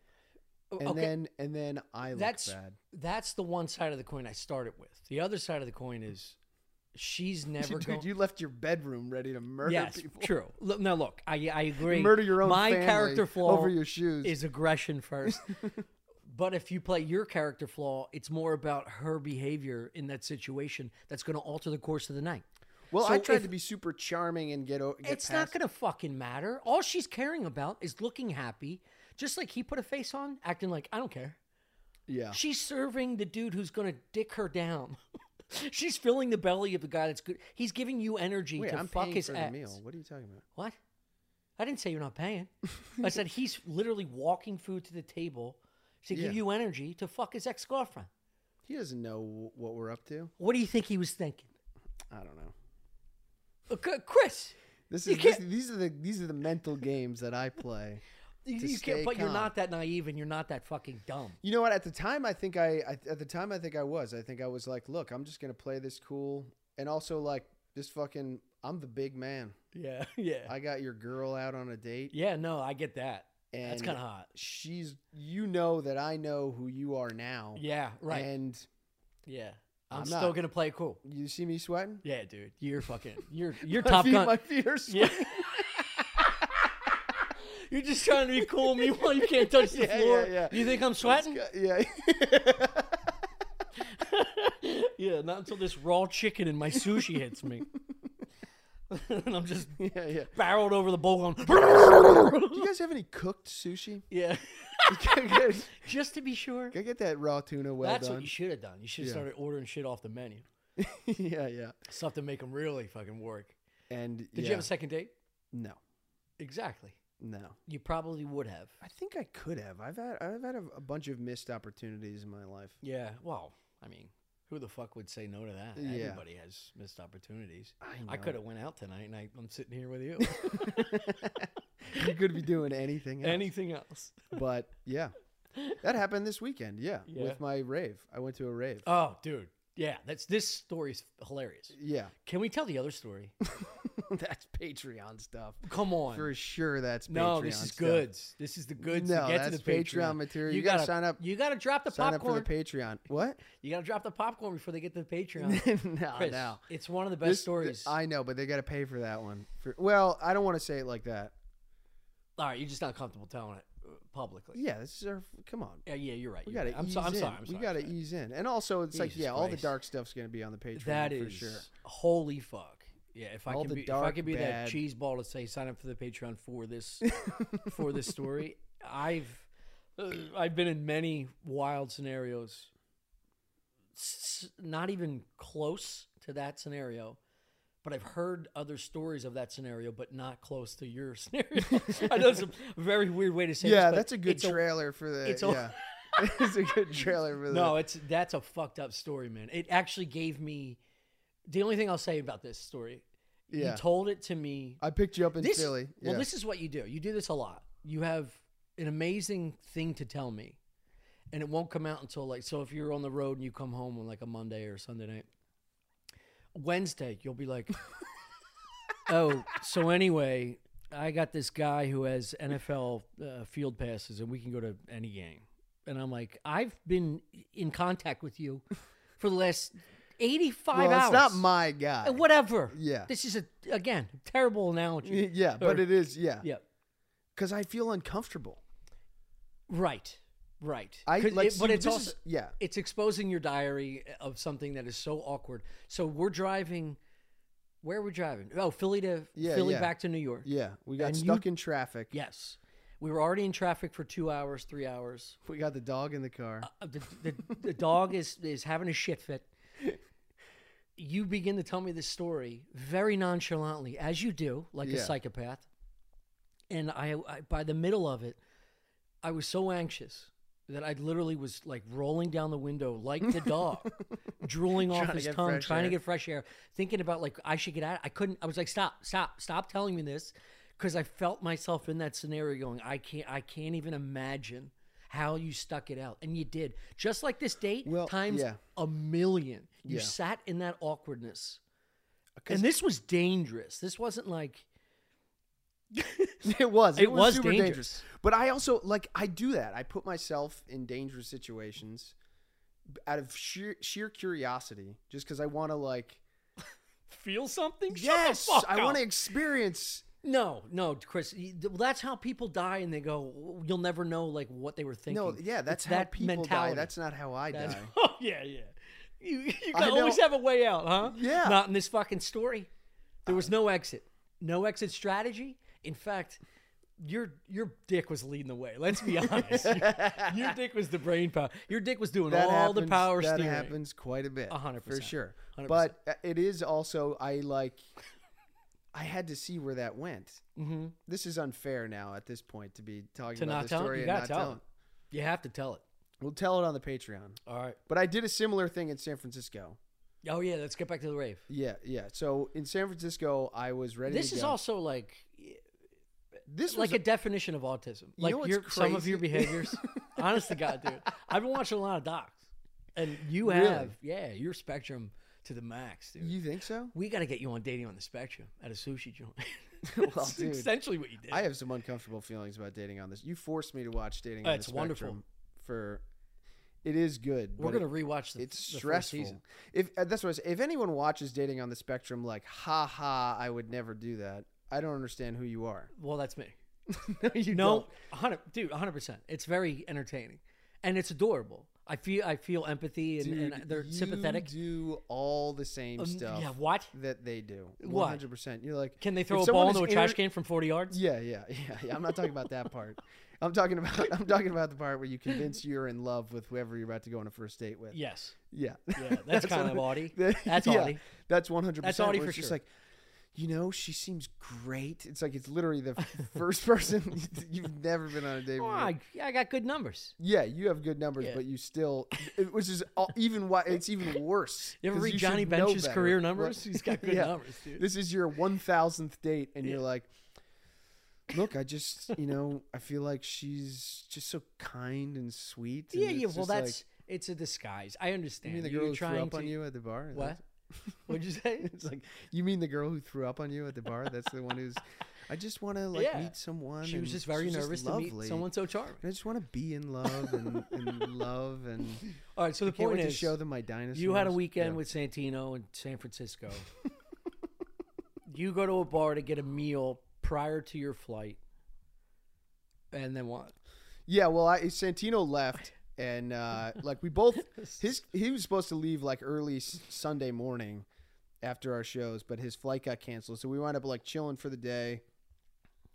Speaker 1: and
Speaker 2: okay,
Speaker 1: then and then I look
Speaker 2: That's-
Speaker 1: bad.
Speaker 2: that's the one side of the coin I started with. The other side of the coin is
Speaker 1: [laughs]
Speaker 2: she's [laughs] never
Speaker 1: Dude,
Speaker 2: going.
Speaker 1: you left your bedroom ready to murder
Speaker 2: yes,
Speaker 1: people.
Speaker 2: true. Look, now look, I I agree.
Speaker 1: Murder your own
Speaker 2: My
Speaker 1: family
Speaker 2: character flaw
Speaker 1: over your shoes.
Speaker 2: is
Speaker 1: [laughs]
Speaker 2: aggression first. but if you play your character flaw, it's more about her behavior in that situation that's going to alter the course of the night.
Speaker 1: well, I
Speaker 2: so
Speaker 1: tried
Speaker 2: if-
Speaker 1: to be super charming and get o- get
Speaker 2: It's not
Speaker 1: past-
Speaker 2: going to fucking matter. All she's caring about is looking happy, just like he put a face on, acting like I don't care.
Speaker 1: yeah.
Speaker 2: She's serving the dude who's going to dick her down. [laughs] She's filling the belly of the guy that's good. He's giving you energy
Speaker 1: Wait,
Speaker 2: to
Speaker 1: I'm
Speaker 2: fuck
Speaker 1: paying
Speaker 2: his
Speaker 1: for
Speaker 2: ex.
Speaker 1: the meal. What are you talking about?
Speaker 2: What? I didn't say you're not paying.
Speaker 1: [laughs]
Speaker 2: I said he's literally walking food to the table to
Speaker 1: Yeah.
Speaker 2: give you energy to fuck his ex girlfriend.
Speaker 1: He doesn't know wh- what we're up to.
Speaker 2: What do you think he was thinking?
Speaker 1: I don't know.
Speaker 2: Uh, C- Chris,
Speaker 1: This
Speaker 2: You
Speaker 1: is this,
Speaker 2: can't-
Speaker 1: these are the these are the mental games that I play.
Speaker 2: you,
Speaker 1: To
Speaker 2: you
Speaker 1: stay
Speaker 2: can't, but you're
Speaker 1: calm.
Speaker 2: not that naive and you're not that fucking dumb.
Speaker 1: You know what? At the time, I think I, I at the time I think I was. I think I was like, look, I'm just gonna play this cool, and also like this fucking. I'm the big man.
Speaker 2: Yeah, [laughs] yeah.
Speaker 1: I got your girl out on a date,
Speaker 2: yeah, no, I get that.
Speaker 1: and
Speaker 2: That's kind of hot.
Speaker 1: she's. You know that I know who you are now.
Speaker 2: Yeah, right.
Speaker 1: And
Speaker 2: yeah. I'm,
Speaker 1: I'm
Speaker 2: still
Speaker 1: not.
Speaker 2: going to play it cool.
Speaker 1: you see me sweating.
Speaker 2: Yeah, dude. You're fucking, you're,
Speaker 1: [laughs]
Speaker 2: you're
Speaker 1: My
Speaker 2: top
Speaker 1: feet-
Speaker 2: gun.
Speaker 1: My feet are sweating.
Speaker 2: Yeah. [laughs] You're just trying to be cool. Meanwhile, you can't touch the
Speaker 1: Yeah, yeah,
Speaker 2: floor.
Speaker 1: yeah.
Speaker 2: You think I'm sweating?
Speaker 1: Yeah.
Speaker 2: [laughs] yeah, not until this raw chicken in my sushi hits me. [laughs] and I'm just
Speaker 1: yeah, [laughs] yeah,
Speaker 2: barreled over the bowl going. [laughs]
Speaker 1: Do you guys have any cooked sushi?
Speaker 2: yeah. [laughs]
Speaker 1: Can I get-
Speaker 2: Just to be sure.
Speaker 1: can I get that raw tuna well
Speaker 2: That's what
Speaker 1: done?
Speaker 2: you should have done. You should have
Speaker 1: Yeah.
Speaker 2: started ordering shit off the menu.
Speaker 1: [laughs] yeah, yeah.
Speaker 2: Stuff to make them really fucking work.
Speaker 1: And
Speaker 2: Did
Speaker 1: yeah.
Speaker 2: you have a second date?
Speaker 1: No,
Speaker 2: Exactly.
Speaker 1: no.
Speaker 2: You probably would have.
Speaker 1: I think I could have. I've had I've had a, a bunch of missed opportunities in my life.
Speaker 2: Yeah. Well, I mean, who the fuck would say no to that?
Speaker 1: Yeah.
Speaker 2: Everybody has missed opportunities.
Speaker 1: I,
Speaker 2: I
Speaker 1: know.
Speaker 2: could have went out tonight, and I, I'm sitting here
Speaker 1: [laughs]
Speaker 2: with you.
Speaker 1: You could be doing anything. Else.
Speaker 2: Anything else?
Speaker 1: But yeah, that happened this weekend. Yeah,
Speaker 2: Yeah.
Speaker 1: with my rave. I went to a rave.
Speaker 2: Oh, dude, yeah, that's this story's hilarious. [laughs]
Speaker 1: yeah,
Speaker 2: Can we tell the other story?
Speaker 1: that's Patreon stuff.
Speaker 2: Come on.
Speaker 1: For sure, that's
Speaker 2: no,
Speaker 1: Patreon
Speaker 2: this is
Speaker 1: stuff.
Speaker 2: goods. This is the goods.
Speaker 1: No,
Speaker 2: to get to
Speaker 1: that's
Speaker 2: the Patreon,
Speaker 1: Patreon material. You gotta sign up-
Speaker 2: You gotta drop the
Speaker 1: Sign
Speaker 2: popcorn.
Speaker 1: up for the Patreon.
Speaker 2: [laughs]
Speaker 1: What?
Speaker 2: you gotta drop the popcorn before they get to the
Speaker 1: [laughs]
Speaker 2: Patreon.
Speaker 1: no,
Speaker 2: Chris,
Speaker 1: no.
Speaker 2: it's one of the best
Speaker 1: This-
Speaker 2: stories.
Speaker 1: I know, but they got to pay for that one. For, well, I don't want to say it like that.
Speaker 2: All right, you're just not comfortable telling it uh, publicly.
Speaker 1: Yeah, this is our. Come on,
Speaker 2: Yeah, yeah, you're right.
Speaker 1: we
Speaker 2: you're
Speaker 1: got to.
Speaker 2: right. I'm, so, I'm
Speaker 1: in.
Speaker 2: sorry. I'm sorry.
Speaker 1: We got to ease in, and also it's like,
Speaker 2: Jesus
Speaker 1: yeah, all the
Speaker 2: Christ.
Speaker 1: dark stuff's gonna be on the Patreon
Speaker 2: That is
Speaker 1: for sure.
Speaker 2: holy fuck. Yeah, if I
Speaker 1: All
Speaker 2: can
Speaker 1: the
Speaker 2: be, if I
Speaker 1: dark,
Speaker 2: can be
Speaker 1: bad-
Speaker 2: that cheese ball to say sign up for the Patreon
Speaker 1: [laughs]
Speaker 2: for this for this story, I've uh, I've been in many wild scenarios, S- not even close to that scenario, but I've heard other stories of that scenario, but not close to your [laughs] scenario. I know it's a very weird way to say.
Speaker 1: Yeah,
Speaker 2: this, but
Speaker 1: that's a good
Speaker 2: it's
Speaker 1: trailer for the.
Speaker 2: it's a-
Speaker 1: yeah, [laughs] it's a good trailer for the.
Speaker 2: no, it's that's a fucked up story, man. It actually gave me the only thing I'll say about this story.
Speaker 1: Yeah.
Speaker 2: You told it to me.
Speaker 1: I picked you up in
Speaker 2: This,
Speaker 1: Philly. Yeah.
Speaker 2: Well, this is what you do. You do this a lot. You have an amazing thing to tell me, and it won't come out until like so. If you're on the road and you come home on like a Monday or Sunday night, Wednesday you'll
Speaker 1: [laughs]
Speaker 2: be like, "Oh, so anyway, I got this guy who has NFL uh, field passes, and we can go to any game." And I'm like, "I've been in contact with you for the last 85
Speaker 1: well,
Speaker 2: hours."
Speaker 1: it's not my guy.
Speaker 2: Uh, Whatever.
Speaker 1: Yeah.
Speaker 2: This is a again terrible analogy.
Speaker 1: [laughs] yeah, but
Speaker 2: Or-
Speaker 1: it is. Yeah,
Speaker 2: Yeah.
Speaker 1: because I feel uncomfortable.
Speaker 2: Right. Right.
Speaker 1: I
Speaker 2: 'Cause
Speaker 1: like,
Speaker 2: it- but
Speaker 1: see,
Speaker 2: it's
Speaker 1: this
Speaker 2: also
Speaker 1: is- yeah.
Speaker 2: it's exposing your diary of something that is so awkward. So we're driving. Where are we driving? Oh, Philly to
Speaker 1: Yeah,
Speaker 2: Philly
Speaker 1: yeah.
Speaker 2: back to New York.
Speaker 1: Yeah, we got
Speaker 2: And you-
Speaker 1: stuck in traffic.
Speaker 2: Yes. We were already in traffic for two hours, three hours.
Speaker 1: We got the dog in the car.
Speaker 2: Uh, The, the, the dog is, is having a shit fit. You begin to tell me this story very nonchalantly, as you do, like a
Speaker 1: Yeah.
Speaker 2: psychopath. And I, I, by the middle of it, I was so anxious that I literally was like rolling down the window like the
Speaker 1: [laughs]
Speaker 2: dog, drooling off
Speaker 1: Trying to
Speaker 2: his
Speaker 1: get
Speaker 2: tongue,
Speaker 1: fresh
Speaker 2: trying
Speaker 1: air.
Speaker 2: to get fresh air, thinking about like I should get out. I couldn't. I was like, stop, stop, stop telling me this, because I felt myself in that scenario going, I can't, I can't even imagine how you stuck it out, and you did. Just like this date,
Speaker 1: Well,
Speaker 2: times
Speaker 1: yeah.
Speaker 2: a million. You
Speaker 1: Yeah.
Speaker 2: sat in that awkwardness,
Speaker 1: 'Cause-
Speaker 2: and this was dangerous. This wasn't like
Speaker 1: [laughs] It was. It,
Speaker 2: It
Speaker 1: was,
Speaker 2: was
Speaker 1: super dangerous.
Speaker 2: dangerous.
Speaker 1: But I also like I do that. I put myself in dangerous situations out of sheer sheer curiosity, just because I want to like.
Speaker 2: feel something.
Speaker 1: yes, I want to experience.
Speaker 2: No, no, Chris. you- th- That's how people die, and they go, "W- "You'll never know like what they were thinking."
Speaker 1: No, yeah,
Speaker 2: It's
Speaker 1: that's how
Speaker 2: that
Speaker 1: people
Speaker 2: mentality.
Speaker 1: die. That's not how I
Speaker 2: That's-
Speaker 1: die.
Speaker 2: [laughs] Oh yeah, yeah. You, you
Speaker 1: I
Speaker 2: can always
Speaker 1: know-
Speaker 2: have a way out, huh?
Speaker 1: Yeah.
Speaker 2: Not in this fucking story. There was no exit, no exit strategy. In fact, your your dick was leading the way. Let's
Speaker 1: [laughs]
Speaker 2: be honest. your, your dick was the brain power. Your dick was doing [laughs] all the power
Speaker 1: that
Speaker 2: steering.
Speaker 1: happens quite a bit.
Speaker 2: A hundred
Speaker 1: For
Speaker 2: percent.
Speaker 1: sure.
Speaker 2: Hundred
Speaker 1: But uh, it is also, I like, I had to see where that went.
Speaker 2: Mhm.
Speaker 1: This is unfair now at this point to be talking
Speaker 2: To
Speaker 1: about
Speaker 2: not
Speaker 1: this
Speaker 2: tell it?
Speaker 1: story
Speaker 2: You
Speaker 1: and
Speaker 2: gotta
Speaker 1: not
Speaker 2: tell
Speaker 1: telling.
Speaker 2: it. You have to tell it.
Speaker 1: We'll tell it on the Patreon.
Speaker 2: All right.
Speaker 1: But I did a similar thing in San Francisco.
Speaker 2: Oh yeah, let's get back to the rave.
Speaker 1: Yeah, yeah. So in San Francisco, I was ready.
Speaker 2: This
Speaker 1: to
Speaker 2: is
Speaker 1: go.
Speaker 2: also like
Speaker 1: This was
Speaker 2: like a, definition of autism.
Speaker 1: You
Speaker 2: like
Speaker 1: know what's
Speaker 2: your some of
Speaker 1: crazy? [laughs]
Speaker 2: your behaviors. honest to God, dude. I've been watching a lot of docs. And you
Speaker 1: Really?
Speaker 2: have, yeah, your spectrum to the max, dude.
Speaker 1: You think so?
Speaker 2: we got to get you on dating on the spectrum at a sushi joint.
Speaker 1: [laughs] Well,
Speaker 2: [laughs] That's
Speaker 1: dude,
Speaker 2: essentially what you did.
Speaker 1: I have some uncomfortable feelings about dating on this. You forced me to watch dating.
Speaker 2: Uh,
Speaker 1: on the
Speaker 2: it's wonderful.
Speaker 1: Spectrum For it is good.
Speaker 2: We're
Speaker 1: but it-
Speaker 2: gonna rewatch the.
Speaker 1: it's
Speaker 2: the first
Speaker 1: stressful.
Speaker 2: season.
Speaker 1: If uh, that's what I was, if anyone watches dating on the spectrum, like, ha ha, I would never do that. I don't understand who you are.
Speaker 2: Well, that's me.
Speaker 1: [laughs] no, you
Speaker 2: No, a hundred, dude, a hundred percent. It's very entertaining, and it's adorable. I feel I feel empathy, and,
Speaker 1: Dude,
Speaker 2: and they're
Speaker 1: you
Speaker 2: sympathetic.
Speaker 1: Do all the same
Speaker 2: Um,
Speaker 1: stuff
Speaker 2: yeah, what?
Speaker 1: that they do.
Speaker 2: What?
Speaker 1: One hundred percent. You're like,
Speaker 2: Can they
Speaker 1: if
Speaker 2: throw a
Speaker 1: someone
Speaker 2: ball into a
Speaker 1: is
Speaker 2: trash
Speaker 1: irri-
Speaker 2: can from forty yards?
Speaker 1: Yeah, yeah, [laughs] yeah, yeah. I'm not talking about that
Speaker 2: [laughs]
Speaker 1: part. I'm talking about [laughs] I'm talking about the part where you convince you're in love with whoever you're about to go on a first date with.
Speaker 2: Yes.
Speaker 1: Yeah,
Speaker 2: Yeah, that's kind
Speaker 1: what
Speaker 2: of
Speaker 1: I-
Speaker 2: Audie.
Speaker 1: that- [laughs]
Speaker 2: That's
Speaker 1: yeah,
Speaker 2: Audie.
Speaker 1: That's one hundred
Speaker 2: That's
Speaker 1: percent.
Speaker 2: Audie
Speaker 1: where
Speaker 2: for
Speaker 1: it's Just
Speaker 2: sure.
Speaker 1: like, you know, she seems great. It's like it's literally
Speaker 2: [laughs]
Speaker 1: the first person [laughs] you've never been on a date
Speaker 2: Oh,
Speaker 1: with.
Speaker 2: I, I got good numbers.
Speaker 1: Yeah, you have good numbers,
Speaker 2: Yeah.
Speaker 1: but you still, it- which is all, even why it's even worse.
Speaker 2: You ever
Speaker 1: 'cause
Speaker 2: read
Speaker 1: should
Speaker 2: Johnny
Speaker 1: know
Speaker 2: Bench's
Speaker 1: better.
Speaker 2: career
Speaker 1: Right. [laughs]
Speaker 2: numbers? He's got good
Speaker 1: Yeah.
Speaker 2: numbers, dude.
Speaker 1: This is your one thousandth date, and you're like, look, I just, you know, I feel like she's just so kind and sweet. and
Speaker 2: yeah,
Speaker 1: it's
Speaker 2: yeah. Well,
Speaker 1: just like-
Speaker 2: that's it's a disguise. I
Speaker 1: you
Speaker 2: understand.
Speaker 1: mean the
Speaker 2: You're
Speaker 1: girl who
Speaker 2: trying
Speaker 1: threw up
Speaker 2: to,
Speaker 1: on you at the bar? [laughs]
Speaker 2: What? What'd you say?
Speaker 1: It's like you mean the girl who threw up on you at the bar? That's the one who's. I just want to like
Speaker 2: Yeah.
Speaker 1: meet someone.
Speaker 2: She was
Speaker 1: and
Speaker 2: just very
Speaker 1: she's
Speaker 2: nervous to
Speaker 1: lovely.
Speaker 2: meet someone so
Speaker 1: [laughs]
Speaker 2: charming.
Speaker 1: And I just want to be in love and,
Speaker 2: [laughs]
Speaker 1: and love and
Speaker 2: All right, so the
Speaker 1: can't
Speaker 2: point
Speaker 1: wait
Speaker 2: is,
Speaker 1: to show them my dinosaurs.
Speaker 2: you had a weekend
Speaker 1: Yeah.
Speaker 2: with Santino in San Francisco. you go to a bar to get a meal prior to your flight, and then what?
Speaker 1: Yeah, well, I, Santino left, and uh, like we both, his he was supposed to leave like early s- Sunday morning after our shows, but his flight got canceled, so we wound up like chilling for the day.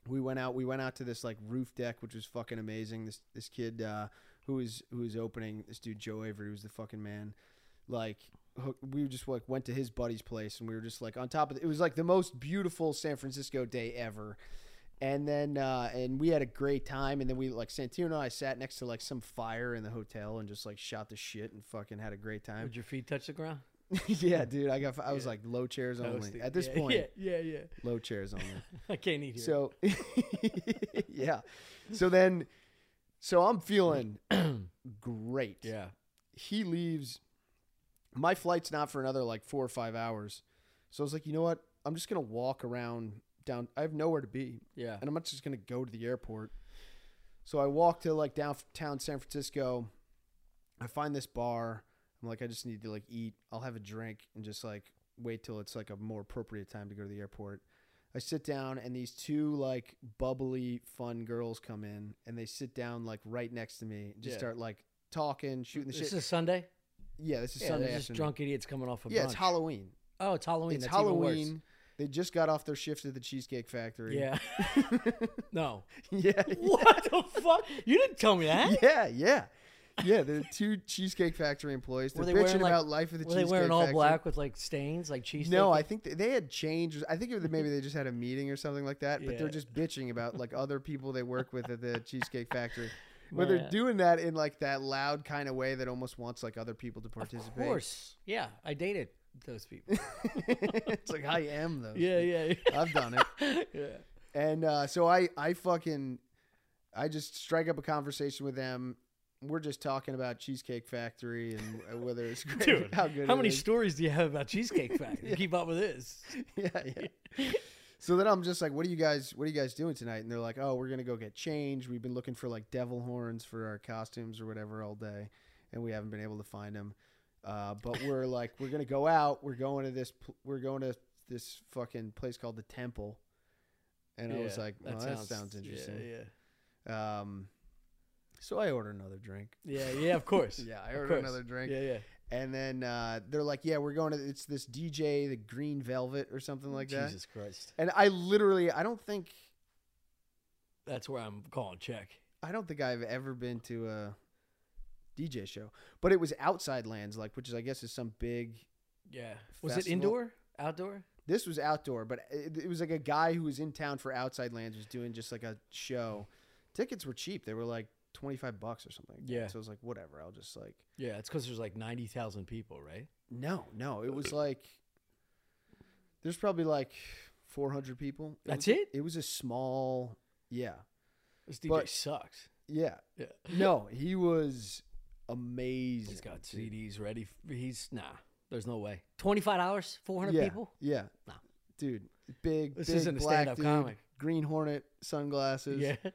Speaker 1: We went out. We went out to this like roof deck, which was fucking amazing. This this kid uh, who was who was opening this dude Joe Avery was the fucking man. Like hook- we just like went to his buddy's place, and we were just like on top of the, it was like the most beautiful San Francisco day ever and then uh, and we had a great time and then we like santino and i sat next to like some fire in the hotel and just like shot the shit and fucking had a great time
Speaker 2: Would your feet touch the ground?
Speaker 1: [laughs] yeah dude i got i was
Speaker 2: Yeah.
Speaker 1: like low chairs only
Speaker 2: Toasty.
Speaker 1: at this
Speaker 2: [laughs] Yeah,
Speaker 1: point
Speaker 2: yeah, yeah, yeah.
Speaker 1: low chairs
Speaker 2: [laughs]
Speaker 1: only
Speaker 2: I can't eat here.
Speaker 1: so [laughs] yeah so then so i'm feeling [clears throat] great
Speaker 2: yeah,
Speaker 1: he leaves my flight's not for another like four or five hours so i was like you know what i'm just gonna walk around down i have nowhere to be
Speaker 2: yeah.
Speaker 1: and I'm not just gonna go to the airport. So I walk to like downtown San Francisco. I find this bar. I'm like, I just need to like eat. I'll have a drink and just like wait till it's like a more appropriate time to go to the airport. I sit down and these two like bubbly, fun girls come in and they sit down like right next to me and just
Speaker 2: Yeah.
Speaker 1: start like talking, shooting the
Speaker 2: This
Speaker 1: shit.
Speaker 2: is Sunday.
Speaker 1: yeah, this is
Speaker 2: Yeah,
Speaker 1: Sunday
Speaker 2: they're
Speaker 1: afternoon.
Speaker 2: just drunk idiots coming off of
Speaker 1: yeah, it's
Speaker 2: brunch.
Speaker 1: Halloween.
Speaker 2: Oh, it's Halloween.
Speaker 1: It's
Speaker 2: That's Even
Speaker 1: Halloween. They just got off their shift at the Cheesecake
Speaker 2: worse.
Speaker 1: Factory.
Speaker 2: Yeah. no.
Speaker 1: [laughs] yeah.
Speaker 2: What the fuck? You didn't tell me that. [laughs]
Speaker 1: Yeah, yeah. Yeah, they're two Cheesecake Factory employees. They're
Speaker 2: Were they
Speaker 1: bitching
Speaker 2: wearing, like-
Speaker 1: about life of the
Speaker 2: Were they
Speaker 1: Cheesecake
Speaker 2: wearing all
Speaker 1: Factory.
Speaker 2: black with like stains, like cheese?
Speaker 1: No, I think they, they had changed. I think it was, maybe they just had a meeting or something like that, but they're
Speaker 2: Yeah.
Speaker 1: just bitching about like other people they work with at
Speaker 2: [laughs]
Speaker 1: the Cheesecake Factory. But
Speaker 2: Man.
Speaker 1: they're doing that in like that loud kind of way that almost wants like other people to
Speaker 2: Of
Speaker 1: participate.
Speaker 2: course. Yeah, I dated those people.
Speaker 1: [laughs] it's like I am those.
Speaker 2: yeah,
Speaker 1: people. [laughs]
Speaker 2: yeah,
Speaker 1: I've done it.
Speaker 2: yeah. yeah.
Speaker 1: And uh, so I, I fucking, I just strike up a conversation with them. We're just talking about Cheesecake Factory and uh, whether it's [laughs] great,
Speaker 2: Dude,
Speaker 1: how good.
Speaker 2: How
Speaker 1: it
Speaker 2: many
Speaker 1: is.
Speaker 2: stories do you have about Cheesecake Factory? Keep up with this.
Speaker 1: [laughs] yeah, yeah. So then I'm just like, what are you guys what are you guys doing tonight? And they're like, Oh, we're gonna go get change. We've been looking for like devil horns for our costumes or whatever all day, and we haven't been able to find them. Uh, but
Speaker 2: [laughs]
Speaker 1: we're like, we're gonna go out. We're going to this. pl- We're going to this fucking place called the Temple. And I was
Speaker 2: Yeah,
Speaker 1: like, well, that, sounds, interesting.
Speaker 2: Yeah,
Speaker 1: Um, so I order another drink.
Speaker 2: yeah, yeah, yeah. Of course.
Speaker 1: [laughs] Yeah, I
Speaker 2: Of
Speaker 1: order
Speaker 2: course.
Speaker 1: another drink.
Speaker 2: Yeah, yeah.
Speaker 1: And then uh, they're like, yeah, we're going to. It's this DJ, the Green Velvet or something like that.
Speaker 2: Jesus Christ.
Speaker 1: And I literally, I don't think,
Speaker 2: That's where I'm calling check.
Speaker 1: I don't think I've ever been to a DJ show, but it was outside lands, like which is I guess is some big.
Speaker 2: Yeah. Was it
Speaker 1: Festival?
Speaker 2: indoor? Outdoor?
Speaker 1: This was outdoor, but it, it was like a guy who was in town for outside lands was doing just like a show. Tickets were cheap; they were like twenty five bucks or something. like that.
Speaker 2: Yeah.
Speaker 1: So I was like, whatever. I'll just like
Speaker 2: Yeah, it's because there's like ninety thousand people, right?
Speaker 1: no, no. It was like there's probably like four hundred people.
Speaker 2: That's
Speaker 1: was-
Speaker 2: it?
Speaker 1: It was a small, yeah,
Speaker 2: This DJ
Speaker 1: But-
Speaker 2: sucks.
Speaker 1: yeah.
Speaker 2: Yeah.
Speaker 1: No, he was amazing.
Speaker 2: He's got
Speaker 1: dude.
Speaker 2: CDs ready. f- He's nah. There's no way. Twenty five dollars, four hundred
Speaker 1: yeah,
Speaker 2: people.
Speaker 1: Yeah.
Speaker 2: No.
Speaker 1: Dude, big,
Speaker 2: This
Speaker 1: big
Speaker 2: isn't a
Speaker 1: black
Speaker 2: stand-up
Speaker 1: dude,
Speaker 2: comic.
Speaker 1: Green Hornet sunglasses,
Speaker 2: Yeah.
Speaker 1: [laughs]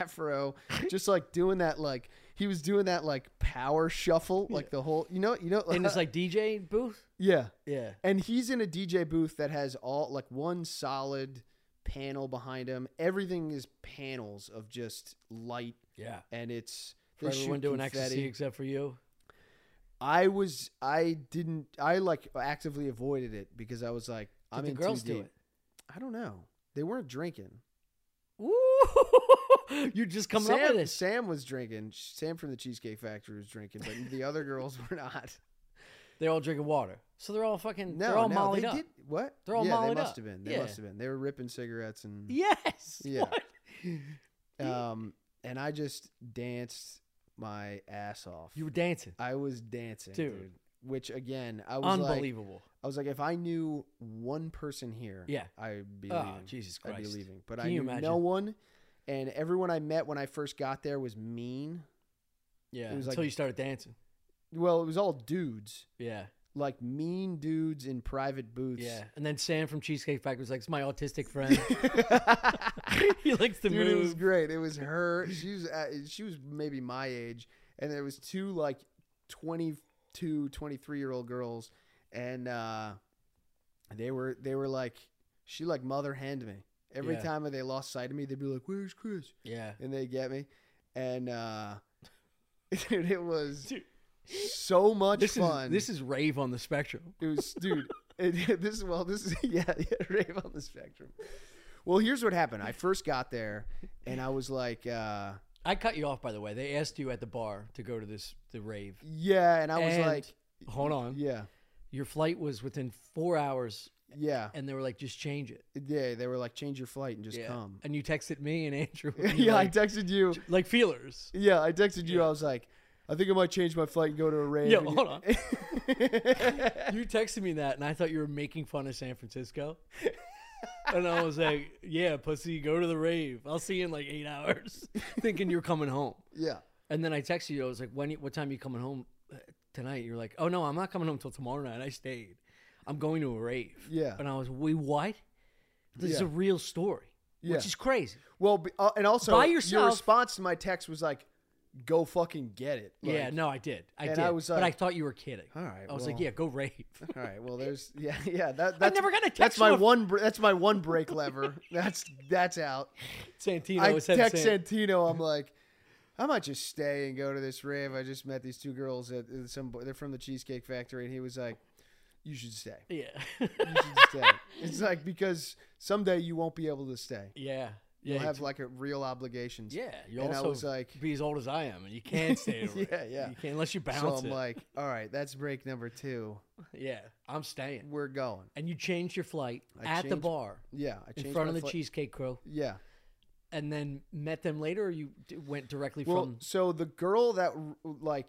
Speaker 1: afro, just like doing that like he was doing that like power shuffle, like the whole you know, you know [laughs]
Speaker 2: and it's like DJ booth.
Speaker 1: Yeah.
Speaker 2: Yeah.
Speaker 1: And he's in a DJ booth that has all like one solid panel behind him. Everything is panels of just light
Speaker 2: Yeah.
Speaker 1: and it's
Speaker 2: For
Speaker 1: they
Speaker 2: everyone
Speaker 1: shoot
Speaker 2: doing
Speaker 1: confetti.
Speaker 2: ecstasy except for you.
Speaker 1: I was I didn't I like actively avoided it because I was like
Speaker 2: Did
Speaker 1: I'm
Speaker 2: the
Speaker 1: in
Speaker 2: girls
Speaker 1: too
Speaker 2: do
Speaker 1: deep.
Speaker 2: it?
Speaker 1: I don't know. They weren't drinking.
Speaker 2: [laughs] Woo! You're just coming
Speaker 1: Sam,
Speaker 2: up with this.
Speaker 1: Sam was drinking. Sam from the Cheesecake Factory was drinking, but the other girls were not.
Speaker 2: They're all drinking water, so they're all fucking.
Speaker 1: No,
Speaker 2: they're all
Speaker 1: no,
Speaker 2: mollied
Speaker 1: they
Speaker 2: up.
Speaker 1: did what?
Speaker 2: They're all
Speaker 1: yeah,
Speaker 2: mollied
Speaker 1: they must
Speaker 2: up.
Speaker 1: have been. They
Speaker 2: Yeah.
Speaker 1: must have been. They were ripping cigarettes and
Speaker 2: Yes.
Speaker 1: Yeah.
Speaker 2: [laughs] What?
Speaker 1: um and I just danced my ass off.
Speaker 2: You were dancing.
Speaker 1: I was dancing, dude.
Speaker 2: Dude.
Speaker 1: Which again, I was like,
Speaker 2: Unbelievable.
Speaker 1: I was like, if I knew one person here,
Speaker 2: Yeah.
Speaker 1: I'd be
Speaker 2: oh
Speaker 1: leaving.
Speaker 2: Jesus
Speaker 1: I'd be
Speaker 2: Christ.
Speaker 1: leaving. But
Speaker 2: Can
Speaker 1: I
Speaker 2: you
Speaker 1: knew no
Speaker 2: imagine?
Speaker 1: one, and everyone I met when I first got there was mean.
Speaker 2: Yeah.
Speaker 1: It was
Speaker 2: Until
Speaker 1: like-
Speaker 2: you started dancing.
Speaker 1: Well, it was all dudes,
Speaker 2: Yeah.
Speaker 1: like mean dudes in private booths.
Speaker 2: Yeah. And then Sam from Cheesecake Factory was like, "It's my autistic
Speaker 1: [laughs]
Speaker 2: friend. [laughs] he likes to
Speaker 1: Dude, it was
Speaker 2: move."
Speaker 1: great. It was her. She was uh, she was maybe my age, and there was two like 22, 23 year old girls, and uh, they were they were like she like mother hand me every
Speaker 2: Yeah.
Speaker 1: time they lost sight of me. They'd be like, "Where's Chris?"
Speaker 2: Yeah.
Speaker 1: and they get me, and uh, [laughs] dude, it was
Speaker 2: Dude.
Speaker 1: so much
Speaker 2: This
Speaker 1: fun.
Speaker 2: is this is rave on the spectrum.
Speaker 1: It was, dude. [laughs] It, this is well. This is [laughs] yeah, yeah. Rave on the spectrum. Well, here's what happened. I first got there, and I was like, uh,
Speaker 2: I cut you off by the way. They asked you at the bar to go to this the rave.
Speaker 1: yeah, and I was
Speaker 2: And-
Speaker 1: like,
Speaker 2: Hold on.
Speaker 1: yeah,
Speaker 2: Your flight was within 4 hours
Speaker 1: yeah,
Speaker 2: and they were like just change it.
Speaker 1: yeah. They were like, change your flight and just
Speaker 2: Yeah.
Speaker 1: come.
Speaker 2: And you texted me and Andrew. and
Speaker 1: [laughs]
Speaker 2: you're
Speaker 1: yeah, I
Speaker 2: like,
Speaker 1: texted you.
Speaker 2: like feelers.
Speaker 1: Yeah, I texted you.
Speaker 2: Yeah.
Speaker 1: I was like, I think I might change my flight and go to a rave.
Speaker 2: Yo,
Speaker 1: and you-
Speaker 2: hold on. You texted me that and I thought you were making fun of San Francisco. and I was like, "Yeah, pussy, go to the rave. I'll see you in like 8 hours." [laughs] Thinking you're coming home.
Speaker 1: [laughs] yeah.
Speaker 2: And then I texted you. I was like, "When? What time you coming home uh, tonight?" You're like, "Oh no, I'm not coming home till tomorrow night. I stayed. I'm going to a rave."
Speaker 1: Yeah.
Speaker 2: And I was, "We what? This is
Speaker 1: Yeah.
Speaker 2: a real story,
Speaker 1: Yeah.
Speaker 2: which is crazy."
Speaker 1: Well, be- uh, and also
Speaker 2: By
Speaker 1: your
Speaker 2: yourself-
Speaker 1: response to my text was like, "Go fucking get it." Like,
Speaker 2: yeah. No, I did. I
Speaker 1: And
Speaker 2: did.
Speaker 1: I was
Speaker 2: but I
Speaker 1: like,
Speaker 2: thought you were kidding.
Speaker 1: All right.
Speaker 2: I was like,
Speaker 1: well-
Speaker 2: "Yeah, go rave."
Speaker 1: [laughs] All right. Well, there's yeah, yeah. That, that's
Speaker 2: never got a
Speaker 1: That's
Speaker 2: text
Speaker 1: my
Speaker 2: from a-
Speaker 1: one. br- That's my one break lever. [laughs] That's that's
Speaker 2: [laughs]
Speaker 1: out.
Speaker 2: Santino
Speaker 1: I
Speaker 2: was said
Speaker 1: text
Speaker 2: San-
Speaker 1: Santino. I'm like, I might just stay and go to this rave. I just met these two girls at at some. They're from the Cheesecake Factory, and he was like, "You should stay.
Speaker 2: Yeah. [laughs]
Speaker 1: You should stay." it's like because someday you won't be able to stay.
Speaker 2: yeah. Yeah.
Speaker 1: You'll have
Speaker 2: it's-
Speaker 1: like a real obligations.
Speaker 2: yeah. You
Speaker 1: and I
Speaker 2: also
Speaker 1: was like-
Speaker 2: be as old as I am, and you
Speaker 1: [laughs]
Speaker 2: can't stay. at a rave.
Speaker 1: Yeah, yeah.
Speaker 2: You can't unless you bounce
Speaker 1: So I'm
Speaker 2: it.
Speaker 1: like, all right, that's break number two.
Speaker 2: yeah, I'm staying.
Speaker 1: We're going.
Speaker 2: And you changed your flight
Speaker 1: I
Speaker 2: at the
Speaker 1: changed-
Speaker 2: bar
Speaker 1: Yeah, I
Speaker 2: in
Speaker 1: changed
Speaker 2: front
Speaker 1: my
Speaker 2: of the
Speaker 1: flight-
Speaker 2: Cheesecake Crow.
Speaker 1: Yeah.
Speaker 2: and then met them later or you d- went directly
Speaker 1: Well,
Speaker 2: from
Speaker 1: so the girl that r- like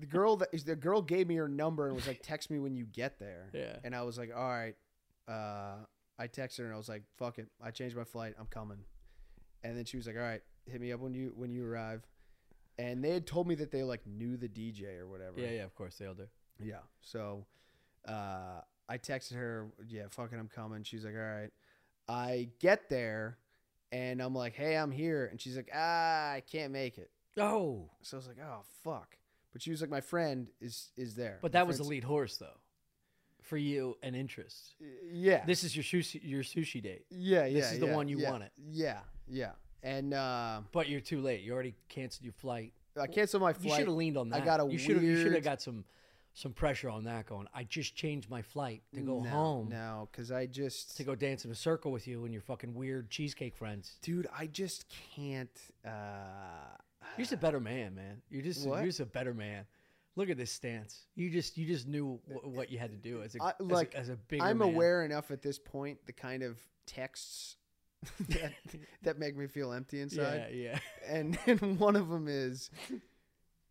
Speaker 1: the girl that is the girl gave me her number and was like, "Text me when you get there."
Speaker 2: Yeah.
Speaker 1: And I was like, "All right." Uh, I texted her and I was like, "Fuck it, I changed my flight. I'm coming." And then she was like, "All right, hit me up when you when you arrive." And they had told me that they like knew the DJ or whatever.
Speaker 2: yeah yeah of course they all do
Speaker 1: Yeah. So uh, I texted her, yeah, fucking, I'm coming. She's like, all right. I get there and I'm like, hey, I'm here. And she's like, ah, I can't make it.
Speaker 2: oh
Speaker 1: So I was like, oh, fuck. But she was like, my friend is is there.
Speaker 2: but
Speaker 1: My
Speaker 2: that was the
Speaker 1: friend's-
Speaker 2: lead horse though for you and interest
Speaker 1: Yeah.
Speaker 2: this is your sushi your sushi date
Speaker 1: yeah, yeah.
Speaker 2: is the
Speaker 1: yeah,
Speaker 2: one you
Speaker 1: yeah,
Speaker 2: wanted.
Speaker 1: Yeah, yeah. And uh,
Speaker 2: but you're too late you already canceled your flight
Speaker 1: I canceled my
Speaker 2: you should
Speaker 1: flight.
Speaker 2: have leaned on
Speaker 1: I
Speaker 2: that
Speaker 1: got a
Speaker 2: you should have you should have
Speaker 1: weird-
Speaker 2: got some some pressure on that going. I just changed my flight to go
Speaker 1: no,
Speaker 2: home
Speaker 1: No, because I just
Speaker 2: to go dance in a circle with you and your fucking weird cheesecake friends.
Speaker 1: dude, I just can't. Uh,
Speaker 2: You're just a better man, man. You're just
Speaker 1: What?
Speaker 2: you're just a better man. Look at this stance. You just you just knew wh- what you had to do as a
Speaker 1: Uh, I-
Speaker 2: as a-
Speaker 1: like,
Speaker 2: as, a bigger.
Speaker 1: I'm
Speaker 2: man.
Speaker 1: aware enough at this point the kind of
Speaker 2: [laughs]
Speaker 1: texts that that make me feel empty
Speaker 2: Yeah,
Speaker 1: inside, [laughs]
Speaker 2: yeah.
Speaker 1: and and one of them is.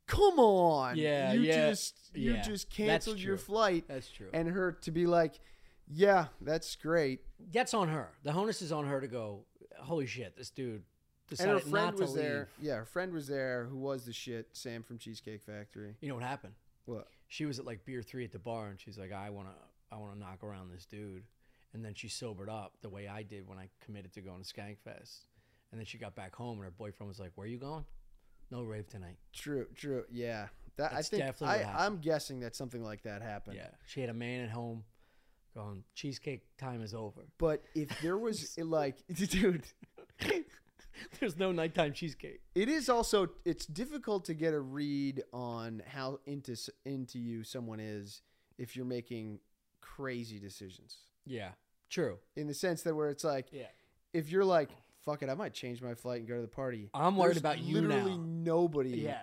Speaker 1: Come on,
Speaker 2: Yeah,
Speaker 1: you
Speaker 2: yeah,
Speaker 1: just you
Speaker 2: yeah.
Speaker 1: just
Speaker 2: That's
Speaker 1: canceled your
Speaker 2: true.
Speaker 1: flight,
Speaker 2: That's true.
Speaker 1: and her to be like, yeah, that's great,
Speaker 2: That's on her. The onus is on her to go. Holy shit! This dude
Speaker 1: and
Speaker 2: decided
Speaker 1: her friend
Speaker 2: not to
Speaker 1: was
Speaker 2: leave.
Speaker 1: there. Yeah, her friend was there, who was the shit, Sam from Cheesecake Factory.
Speaker 2: You know what happened?
Speaker 1: What?
Speaker 2: She was at like beer three at the bar, and she's like, "I want to, I want to knock around this dude." And then she sobered up the way I did when I committed to going to Skankfest. And then she got back home, and her boyfriend was like, "Where you going? No rave tonight."
Speaker 1: True, true. Yeah. That, I
Speaker 2: That's
Speaker 1: think
Speaker 2: definitely what
Speaker 1: I,
Speaker 2: happened.
Speaker 1: I'm guessing that something like that happened.
Speaker 2: Yeah, she had a man at home going, cheesecake time is over. [laughs]
Speaker 1: But if there was like, dude,
Speaker 2: There's no nighttime cheesecake.
Speaker 1: it is also it's difficult to get a read on how into s- into you someone is if you're making crazy decisions.
Speaker 2: Yeah, true.
Speaker 1: In the sense that where it's like,
Speaker 2: Yeah.
Speaker 1: if you're like, fuck it, I might change my flight and go to the party.
Speaker 2: I'm worried
Speaker 1: there's
Speaker 2: about you
Speaker 1: Literally
Speaker 2: now.
Speaker 1: nobody.
Speaker 2: Yeah.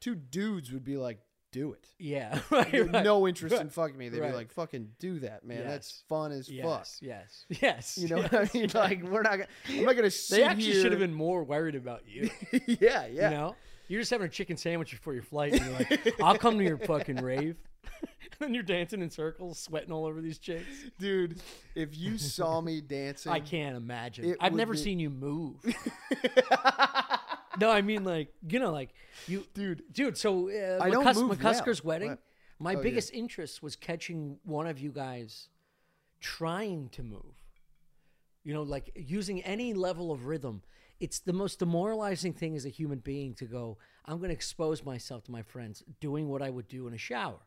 Speaker 1: Two dudes would be like, do
Speaker 2: [laughs]
Speaker 1: it.
Speaker 2: Yeah. Right. right.
Speaker 1: No interest
Speaker 2: [laughs]
Speaker 1: in
Speaker 2: Right.
Speaker 1: fucking me. They'd
Speaker 2: Right.
Speaker 1: be like, fucking do that, man. That's
Speaker 2: Yes.
Speaker 1: fun as
Speaker 2: yes,
Speaker 1: fuck.
Speaker 2: Yes. [laughs] Yes.
Speaker 1: You know
Speaker 2: yes,
Speaker 1: what I
Speaker 2: [laughs]
Speaker 1: mean?
Speaker 2: yes.
Speaker 1: Like we're not. Gonna, I'm not gonna. Sit
Speaker 2: they actually
Speaker 1: here.
Speaker 2: should have been more worried about you.
Speaker 1: [laughs] yeah, yeah.
Speaker 2: You know, you're just having a chicken sandwich before your flight, and you're like, "I'll come to your fucking rave," [laughs] and then you're dancing in circles, sweating all over these chicks.
Speaker 1: dude. If
Speaker 2: [laughs]
Speaker 1: you saw me dancing,
Speaker 2: I can't imagine.
Speaker 1: It
Speaker 2: I've
Speaker 1: would
Speaker 2: never
Speaker 1: be-
Speaker 2: seen
Speaker 1: [laughs]
Speaker 2: you move. no, I mean like you know, like you,
Speaker 1: dude.
Speaker 2: dude. So uh,
Speaker 1: I don't
Speaker 2: McCus-
Speaker 1: move
Speaker 2: McCusker's
Speaker 1: well.
Speaker 2: wedding,
Speaker 1: What?
Speaker 2: my
Speaker 1: yeah.
Speaker 2: biggest interest was catching one of you guys trying to move. You know, like using any level of rhythm. It's the most demoralizing thing as a human being to go. I'm going to expose myself to my friends doing what I would do in a shower.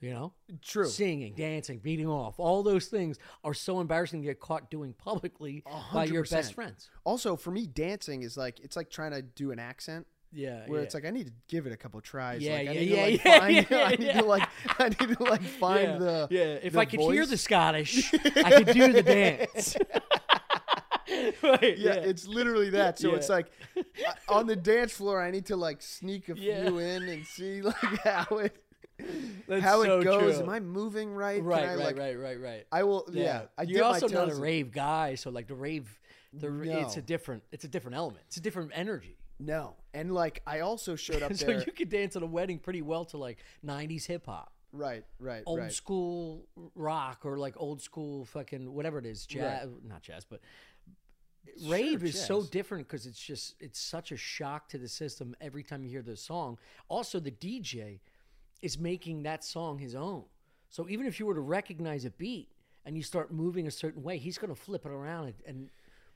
Speaker 2: You know,
Speaker 1: True.
Speaker 2: Singing, dancing, beating off, all those things are so embarrassing to get caught doing publicly by your best
Speaker 1: 100%.
Speaker 2: friends.
Speaker 1: Also, for me, dancing is like it's like trying to do an accent.
Speaker 2: Yeah,
Speaker 1: Where
Speaker 2: yeah.
Speaker 1: it's like I need to give it a couple tries.
Speaker 2: Yeah,
Speaker 1: like, I
Speaker 2: yeah,
Speaker 1: need to,
Speaker 2: yeah,
Speaker 1: like, find, [laughs]
Speaker 2: [laughs] yeah, yeah,
Speaker 1: I need
Speaker 2: yeah.
Speaker 1: to like I need to like find
Speaker 2: yeah.
Speaker 1: the
Speaker 2: yeah. If
Speaker 1: the
Speaker 2: I could hear
Speaker 1: voice.
Speaker 2: the [laughs] Scottish, I could do the dance. [laughs] Right,
Speaker 1: yeah, it's literally that. So
Speaker 2: Yeah.
Speaker 1: it's
Speaker 2: [laughs]
Speaker 1: like uh, on the dance floor, I need to like sneak a
Speaker 2: Yeah.
Speaker 1: few in and see [laughs] like how it
Speaker 2: That's
Speaker 1: how
Speaker 2: so
Speaker 1: it goes.
Speaker 2: true.
Speaker 1: Am I moving right? Can
Speaker 2: right,
Speaker 1: I,
Speaker 2: right,
Speaker 1: like,
Speaker 2: right, right, right.
Speaker 1: I will. Yeah, I
Speaker 2: You're
Speaker 1: dip my
Speaker 2: also not a
Speaker 1: toes in-
Speaker 2: rave guy, so like the rave, the r it's a
Speaker 1: No.
Speaker 2: different, it's a different element, it's a different energy.
Speaker 1: No, and like I also showed up
Speaker 2: [laughs] so
Speaker 1: there.
Speaker 2: you could dance at a wedding pretty well to like '90s hip hop,
Speaker 1: Right, right,
Speaker 2: old
Speaker 1: right.
Speaker 2: school rock, or like old school fucking whatever it is, jazz, not jazz, but rave is so
Speaker 1: jazz.
Speaker 2: different because it's just it's such a shock to the system every time you hear the song. Also, the DJ is making that song his own. So even if you were to recognize a beat and you start moving a certain way, he's going to flip it around and. and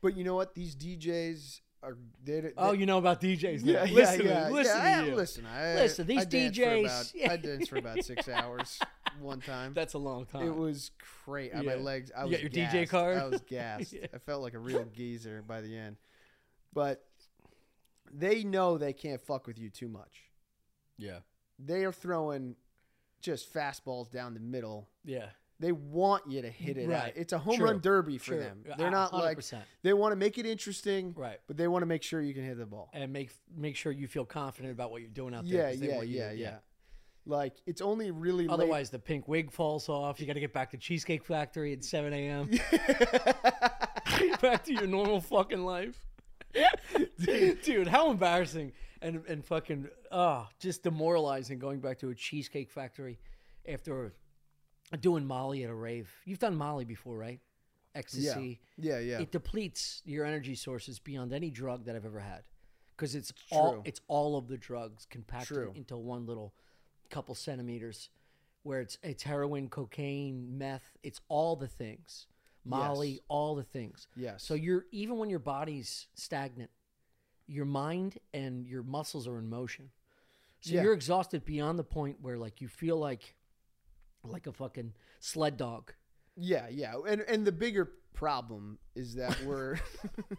Speaker 1: But you know what? These DJs are. They, they,
Speaker 2: Oh, you know about DJs
Speaker 1: [laughs]
Speaker 2: now.
Speaker 1: yeah, yeah,
Speaker 2: listen, to-
Speaker 1: yeah,
Speaker 2: listen
Speaker 1: yeah,
Speaker 2: to
Speaker 1: I-
Speaker 2: you.
Speaker 1: Listen, I,
Speaker 2: Listen, these
Speaker 1: I danced for
Speaker 2: DJs
Speaker 1: about- I danced for about
Speaker 2: [laughs]
Speaker 1: six hours one time.
Speaker 2: That's a long time.
Speaker 1: It was crazy. My
Speaker 2: Yeah.
Speaker 1: legs. I
Speaker 2: You
Speaker 1: was
Speaker 2: got your DJ
Speaker 1: gassed.
Speaker 2: card?
Speaker 1: I
Speaker 2: [laughs]
Speaker 1: was gassed.
Speaker 2: Yeah.
Speaker 1: I felt like a real geezer by the end. But they know they can't fuck with you too much.
Speaker 2: yeah,
Speaker 1: They are throwing just fastballs down the middle.
Speaker 2: yeah.
Speaker 1: They want you to hit it
Speaker 2: Right.
Speaker 1: out. It's a home
Speaker 2: True.
Speaker 1: run derby for
Speaker 2: True.
Speaker 1: them.
Speaker 2: Uh,
Speaker 1: They're not like
Speaker 2: 100%.
Speaker 1: they want to make it interesting,
Speaker 2: Right.
Speaker 1: But they want to make sure you can hit the ball.
Speaker 2: And make make sure you feel confident about what you're doing out
Speaker 1: Yeah,
Speaker 2: there. 'cause they
Speaker 1: yeah,
Speaker 2: want you to-
Speaker 1: yeah, yeah, Like it's only really late-
Speaker 2: Otherwise, the pink wig falls off. You got to get back to Cheesecake Factory at 7
Speaker 1: [laughs]
Speaker 2: a.m. [laughs] back to your normal fucking
Speaker 1: [laughs]
Speaker 2: life. Dude, how embarrassing and, and fucking, ah, just demoralizing going back to a Cheesecake Factory after doing Molly at a rave. You've done Molly before, right? Ecstasy.
Speaker 1: Yeah, yeah.
Speaker 2: It depletes your energy sources beyond any drug that I've ever had. Because it's all
Speaker 1: True.
Speaker 2: it's all of the drugs compacted
Speaker 1: True.
Speaker 2: into one little couple centimeters, where it's it's heroin, cocaine, meth, it's all the things, Molly,
Speaker 1: Yes.
Speaker 2: all the things.
Speaker 1: Yes.
Speaker 2: So you're even when your body's stagnant, your mind and your muscles are in motion. So
Speaker 1: Yeah.
Speaker 2: you're exhausted beyond the point where like you feel like like a fucking sled dog. [laughs]
Speaker 1: Yeah, yeah, and and the bigger problem is that
Speaker 2: [laughs]
Speaker 1: we're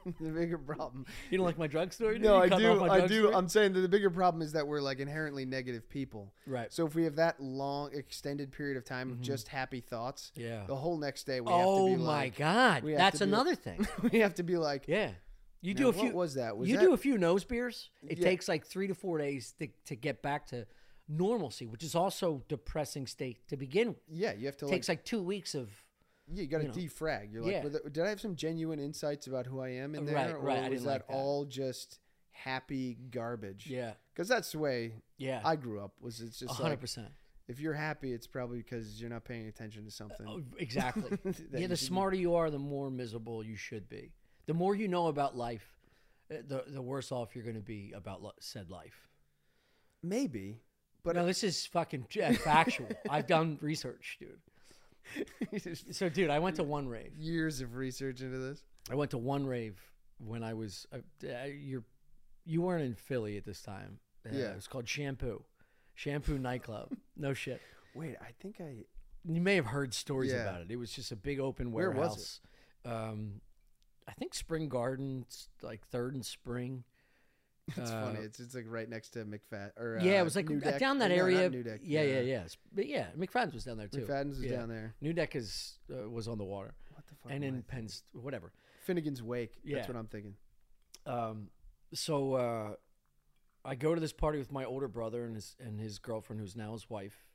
Speaker 1: [laughs] the bigger problem.
Speaker 2: You don't like my drug story? dude?
Speaker 1: No,
Speaker 2: You
Speaker 1: I
Speaker 2: cutting
Speaker 1: do.
Speaker 2: off my
Speaker 1: I
Speaker 2: drug
Speaker 1: do.
Speaker 2: story?
Speaker 1: I'm saying that the bigger problem is that we're like inherently negative people.
Speaker 2: right. Mm-hmm.
Speaker 1: So if we have that long, extended period of time of just happy thouts,
Speaker 2: Yeah.
Speaker 1: the whole next day we
Speaker 2: Oh
Speaker 1: have to be
Speaker 2: my
Speaker 1: like,
Speaker 2: God,
Speaker 1: we have
Speaker 2: that's
Speaker 1: to be-
Speaker 2: another thing.
Speaker 1: [laughs] we have to be like,
Speaker 2: [laughs] Yeah, you
Speaker 1: "Now,
Speaker 2: do a few.
Speaker 1: What was that? Was
Speaker 2: you
Speaker 1: that
Speaker 2: do a few nose beers. It
Speaker 1: Yeah.
Speaker 2: takes like three to four days to, to get back to normalcy, which is also depressing state to begin with.
Speaker 1: yeah? You have to
Speaker 2: It
Speaker 1: like,
Speaker 2: takes like two weeks of
Speaker 1: yeah, you got to
Speaker 2: know.
Speaker 1: defrag. You're like,
Speaker 2: Yeah.
Speaker 1: "Were the- did I have some genuine insights about who I am in there,
Speaker 2: Right,
Speaker 1: or
Speaker 2: right,
Speaker 1: was
Speaker 2: I didn't
Speaker 1: that,
Speaker 2: like that.
Speaker 1: all just happy garbage?
Speaker 2: yeah,
Speaker 1: because that's the way
Speaker 2: yeah,
Speaker 1: I grew up. Was it's just
Speaker 2: hundred
Speaker 1: like
Speaker 2: percent,
Speaker 1: if you're happy, it's probably because you're not paying attention to something.
Speaker 2: Oh, exactly.
Speaker 1: [laughs] that
Speaker 2: yeah,
Speaker 1: you
Speaker 2: the
Speaker 1: didn't-
Speaker 2: smarter you are, the more miserable you should be. The more you know about life, uh, the the worse off you're going to be about lo- said life.
Speaker 1: Maybe, [laughs] but
Speaker 2: But no, this is fucking j-
Speaker 1: [laughs]
Speaker 2: factual. I've done research, dude.
Speaker 1: Just
Speaker 2: So, dude, I went to one rave.
Speaker 1: years of research into this.
Speaker 2: I went to one rave when I was uh, uh, you're you weren't in Philly at this time. Uh,
Speaker 1: Yeah.
Speaker 2: it was called Shampoo, Shampoo nightclub. [laughs] no shit.
Speaker 1: Wait, I think I
Speaker 2: You may have heard stories
Speaker 1: Yeah.
Speaker 2: about it. It was just a big open
Speaker 1: Where
Speaker 2: warehouse.
Speaker 1: was
Speaker 2: Um, I think Spring Garden, s- like Third and Spring.
Speaker 1: It's
Speaker 2: Uh,
Speaker 1: funny. It's it's like right next to McFad or
Speaker 2: yeah,
Speaker 1: uh,
Speaker 2: it was like
Speaker 1: New Deck.
Speaker 2: down that
Speaker 1: No, not
Speaker 2: area.
Speaker 1: New Deck.
Speaker 2: yeah, yeah, yeah. S- But yeah, McFadden's was down there too.
Speaker 1: McFadden's was
Speaker 2: Yeah.
Speaker 1: down there.
Speaker 2: New Deck is uh, was on the water,
Speaker 1: What the fuck?
Speaker 2: and
Speaker 1: am
Speaker 2: in Penn's whatever.
Speaker 1: I- Finnegan's Wake.
Speaker 2: Yeah.
Speaker 1: That's what I'm thinking.
Speaker 2: um, so uh, I go to this party with my older brother and his and his girlfriend, who's now his wife,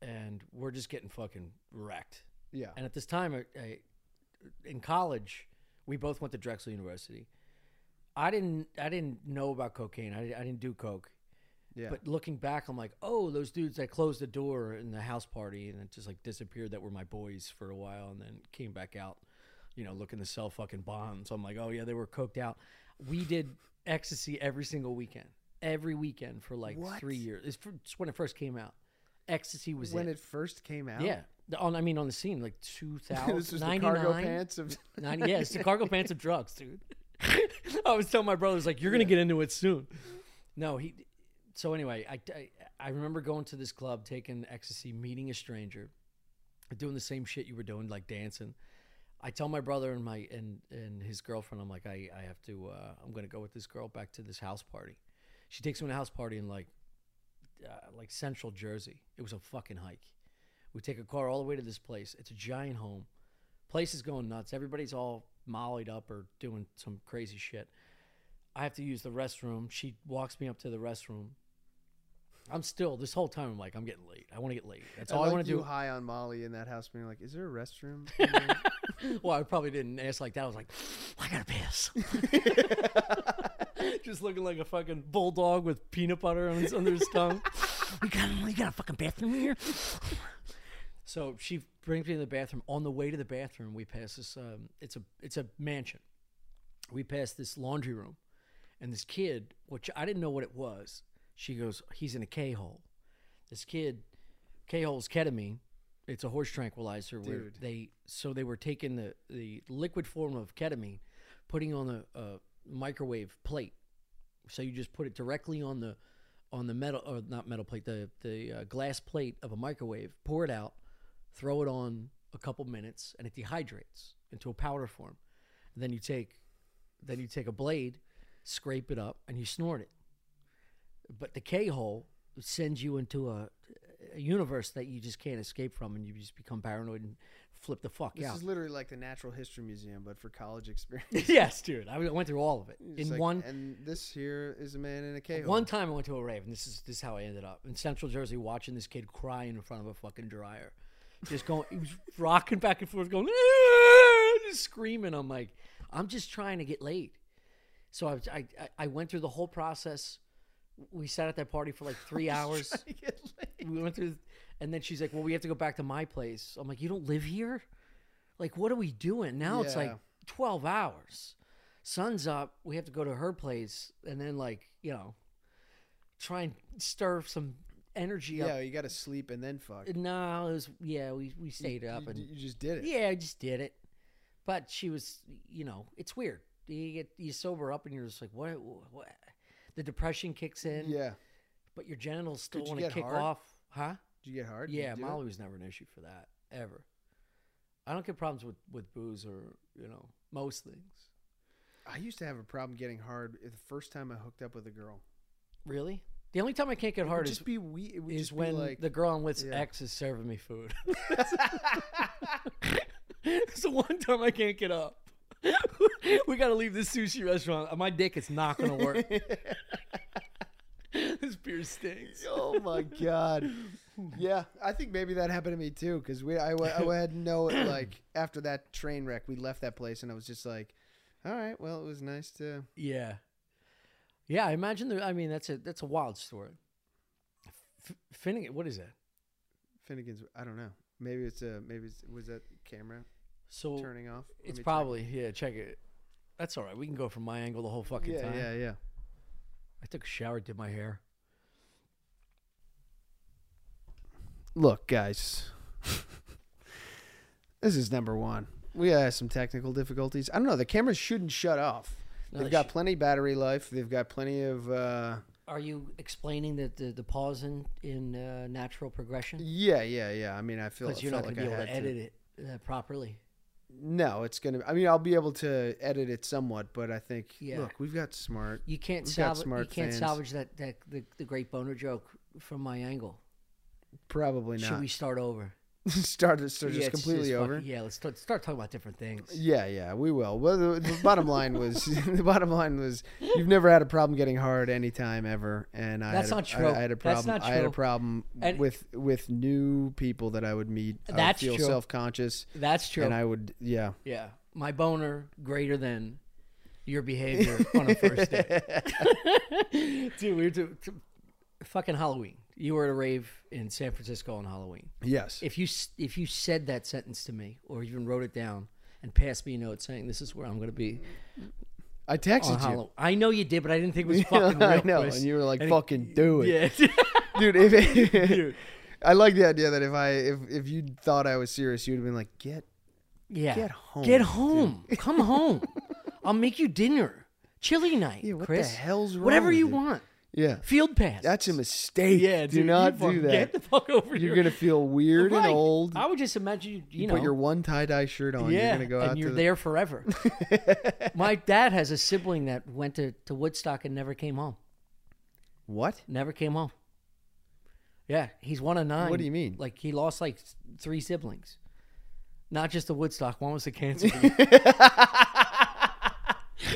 Speaker 2: and we're just getting fucking wrecked.
Speaker 1: Yeah.
Speaker 2: And at this time, I, I, in college, we both went to Drexel University. I didn't I didn't know about cocaine. I, I didn't do coke.
Speaker 1: Yeah.
Speaker 2: But looking back, I'm like, oh, those dudes that closed the door in the house party and it just like disappeared that were my boys for a while and then came back out, you know, looking to sell fucking bombs. I'm like, oh yeah, they were coked out. We did ecstasy every single weekend, every weekend for like
Speaker 1: What?
Speaker 2: three years. It's, fr- it's when it first came out. Ecstasy was
Speaker 1: when
Speaker 2: it.
Speaker 1: it first came out.
Speaker 2: Yeah. The- On, I mean, on the scene, like
Speaker 1: [laughs] this was the cargo
Speaker 2: 2099.
Speaker 1: pants of. [laughs]
Speaker 2: 90, yeah, it's the cargo pants of drugs, dude. [laughs] I was telling my brothers, like, you're going to get into it soon. No, he. So anyway, I, I, I remember going to this club, taking ecstasy, meeting a stranger, doing the same shit you were doing, like dancing. I tell my brother and my and and his girlfriend, I'm like, I, I have to, uh, I'm gonna go with this girl back to this house party. She takes me to a house party in like, uh, like Central Jersey. It was a fucking hike. We take a car all the way to this place. It's a giant home. Place is going nuts. Everybody's all mollied up or doing some crazy shit. I have to use the restroom. She walks me up to the restroom. I'm still this whole time. I'm like, I'm getting late. I want to get late. That's all I
Speaker 1: like
Speaker 2: want to
Speaker 1: you
Speaker 2: do.
Speaker 1: High on Molly in that house, being like, "Is there a restroom?"
Speaker 2: [laughs] Well, I probably didn't ask like that. I was like, I gotta piss. [laughs] Just looking like a fucking bulldog with peanut butter on his, under his [laughs] tongue. you, got, you got a fucking bathroom here? [laughs] so she brings me to the bathroom. On the way to the bathroom, we pass this. Um, it's a it's a mansion. We pass this laundry room, and this kid, which I didn't know what it was. She goes, he's in a K hole. This kid, K hole's ketamine. It's a horse tranquilizer where
Speaker 1: Dude.
Speaker 2: they so they were taking the the liquid form of ketamine, putting on a, a microwave plate. So you just put it directly on the on the metal or not metal plate the the uh, glass plate of a microwave. Pour it out, throw it on a couple minutes, and it dehydrates into a powder form. And then you take then you take a blade, scrape it up, and you snort it. But the K hole sends you into a, a universe that you just can't escape from, and you just become paranoid and flip the fuck
Speaker 1: This
Speaker 2: out.
Speaker 1: is literally like the Natural History Museum, but for
Speaker 2: [laughs]
Speaker 1: college experience.
Speaker 2: yes, dude. I went through all of it
Speaker 1: It's
Speaker 2: in
Speaker 1: like,
Speaker 2: one
Speaker 1: And this here is a man in a cave.
Speaker 2: One time I went to a rave, and this is this is how I ended up in Central Jersey, watching this kid crying in front of a fucking dryer, just going, he was [laughs] rocking back and forth, going, "Ah!" just screaming. I'm like, I'm just trying to get laid. So I, was- I I- I went through the whole process. We sat at that party for like
Speaker 1: [laughs]
Speaker 2: three hours. [laughs] We went through, and then she's like, "Well, we have to go back to my place." I'm like, "You don't live here? Like, what are we doing now? It's like
Speaker 1: Yeah.
Speaker 2: 12 hours. Sun's up. We have to go to her place, and then like you know, try and stir some energy
Speaker 1: Yeah,
Speaker 2: up.
Speaker 1: you got to sleep and then fuck.
Speaker 2: No, it was yeah. We we stayed up
Speaker 1: You,
Speaker 2: and
Speaker 1: you just did it.
Speaker 2: yeah, I just did it. But she was, you know, it's weird. You get you sober up and you're just like, what? what? The depression kicks in,
Speaker 1: Yeah.
Speaker 2: but your genitals still
Speaker 1: Could you
Speaker 2: want to
Speaker 1: get
Speaker 2: kick
Speaker 1: hard?
Speaker 2: off, huh?
Speaker 1: Did you get hard? Did you
Speaker 2: Yeah,
Speaker 1: do it?
Speaker 2: Molly was never an issue for that ever. I don't get problems with with booze or you know most things.
Speaker 1: I used to have a problem getting hard the first time I hooked up with a girl.
Speaker 2: Really, the only time I can't get
Speaker 1: It would
Speaker 2: hard is
Speaker 1: just be we. It would
Speaker 2: is
Speaker 1: just
Speaker 2: when
Speaker 1: be like,
Speaker 2: the girl I'm with
Speaker 1: yeah.
Speaker 2: ex is serving me [laughs] food. it's the one time I can't get up. [laughs] we gotta leave this sushi restaurant. My dick is not gonna [laughs] work. this beer stinks.
Speaker 1: [laughs] oh my
Speaker 2: [laughs]
Speaker 1: god. Yeah, I think maybe that happened to me too. Because we, I, wa- I had no
Speaker 2: [coughs]
Speaker 1: like after that train wreck, we left that place, and I was just like, all right, well, it was nice to.
Speaker 2: Yeah, yeah. I imagine. The, I mean, that's a that's a wild story. F- Finnegan, what is that?
Speaker 1: Finnegan's. I don't know. Maybe it's a. Maybe it's, was that camera
Speaker 2: So
Speaker 1: turning off? Let
Speaker 2: it's
Speaker 1: me check.
Speaker 2: probably yeah. Check it. That's all right. We can go from my angle the whole fucking
Speaker 1: Yeah,
Speaker 2: time.
Speaker 1: yeah, yeah.
Speaker 2: I took a shower, did my hair.
Speaker 1: Look, guys, [laughs] this is number one. We had some technical difficulties. I don't know. The cameras shouldn't shut off.
Speaker 2: No,
Speaker 1: They've
Speaker 2: they
Speaker 1: got
Speaker 2: should-
Speaker 1: plenty battery life. They've got plenty of. Uh,
Speaker 2: Are you explaining that the, the pause in in uh, natural progression?
Speaker 1: yeah, yeah, yeah. I mean, I feel. I
Speaker 2: Because you're
Speaker 1: felt
Speaker 2: not going
Speaker 1: like I
Speaker 2: to be able to
Speaker 1: had to-
Speaker 2: edit it uh, properly.
Speaker 1: No, it's gonna. I mean, I'll be able to edit it somewhat, but I think.
Speaker 2: Yeah.
Speaker 1: Look, we've got smart.
Speaker 2: You can't
Speaker 1: We've got
Speaker 2: salvage. You
Speaker 1: smart
Speaker 2: can't
Speaker 1: fans.
Speaker 2: salvage that, that the, the great boner joke from my angle.
Speaker 1: Probably
Speaker 2: Should
Speaker 1: not.
Speaker 2: we start over?
Speaker 1: [laughs] start to start
Speaker 2: Yeah,
Speaker 1: just
Speaker 2: it's
Speaker 1: completely
Speaker 2: fucking-
Speaker 1: over?
Speaker 2: yeah, let's start, start talking about different things.
Speaker 1: Yeah, yeah, we will. Well, the, the bottom line was [laughs] the bottom line was you've never had a problem getting hard any time ever, and I
Speaker 2: That's
Speaker 1: had a,
Speaker 2: not true.
Speaker 1: I, I had a
Speaker 2: That's
Speaker 1: problem.
Speaker 2: not
Speaker 1: I had a
Speaker 2: true.
Speaker 1: problem
Speaker 2: And-
Speaker 1: with with new people that I would meet. I would
Speaker 2: That's
Speaker 1: feel
Speaker 2: true.
Speaker 1: self conscious,
Speaker 2: That's true.
Speaker 1: and I would yeah.
Speaker 2: yeah, my boner greater than your behavior on a first date.
Speaker 1: [laughs]
Speaker 2: Dude, we were to, to fucking Halloween. You were at a rave in San Francisco on Halloween.
Speaker 1: Yes.
Speaker 2: If you s- if you said that sentence to me, or even wrote it down and passed me a note saying this is where I'm going to be
Speaker 1: I
Speaker 2: on
Speaker 1: texted you. [laughs]
Speaker 2: Halloween, I know you did, but I didn't think it was fucking real.
Speaker 1: I know,
Speaker 2: Chris.
Speaker 1: and you were like,
Speaker 2: And it-
Speaker 1: "Fucking do it."
Speaker 2: yeah,
Speaker 1: [laughs]
Speaker 2: [laughs]
Speaker 1: dude. If,
Speaker 2: Dude.
Speaker 1: I like the idea that if I if if you thought I was serious, you'd have been like, get.
Speaker 2: yeah.
Speaker 1: Get home,
Speaker 2: Get home. Come home. I'll make you dinner. Chili night.
Speaker 1: what the
Speaker 2: Chris.
Speaker 1: hell's wrong
Speaker 2: Whatever
Speaker 1: with
Speaker 2: you
Speaker 1: you?
Speaker 2: want.
Speaker 1: Yeah,
Speaker 2: Field pass.
Speaker 1: that's a mistake.
Speaker 2: [laughs] yeah.
Speaker 1: do
Speaker 2: dude, you
Speaker 1: not do
Speaker 2: fucking
Speaker 1: that.
Speaker 2: Get the fuck over
Speaker 1: You're
Speaker 2: here.
Speaker 1: gonna feel weird
Speaker 2: [laughs] Right.
Speaker 1: and old.
Speaker 2: I would just imagine you. You,
Speaker 1: you
Speaker 2: know,
Speaker 1: put your one tie dye shirt on.
Speaker 2: yeah,
Speaker 1: you're gonna go
Speaker 2: and
Speaker 1: out
Speaker 2: you're
Speaker 1: to the,
Speaker 2: there forever.
Speaker 1: [laughs]
Speaker 2: My dad has a sibling that went to, to Woodstock and never came home. [laughs]
Speaker 1: what?
Speaker 2: Never came home. Yeah, he's one of nine.
Speaker 1: What do you mean?
Speaker 2: Like he lost like s- three siblings, not just the Woodstock. One was
Speaker 1: [laughs]
Speaker 2: the cancer. [laughs]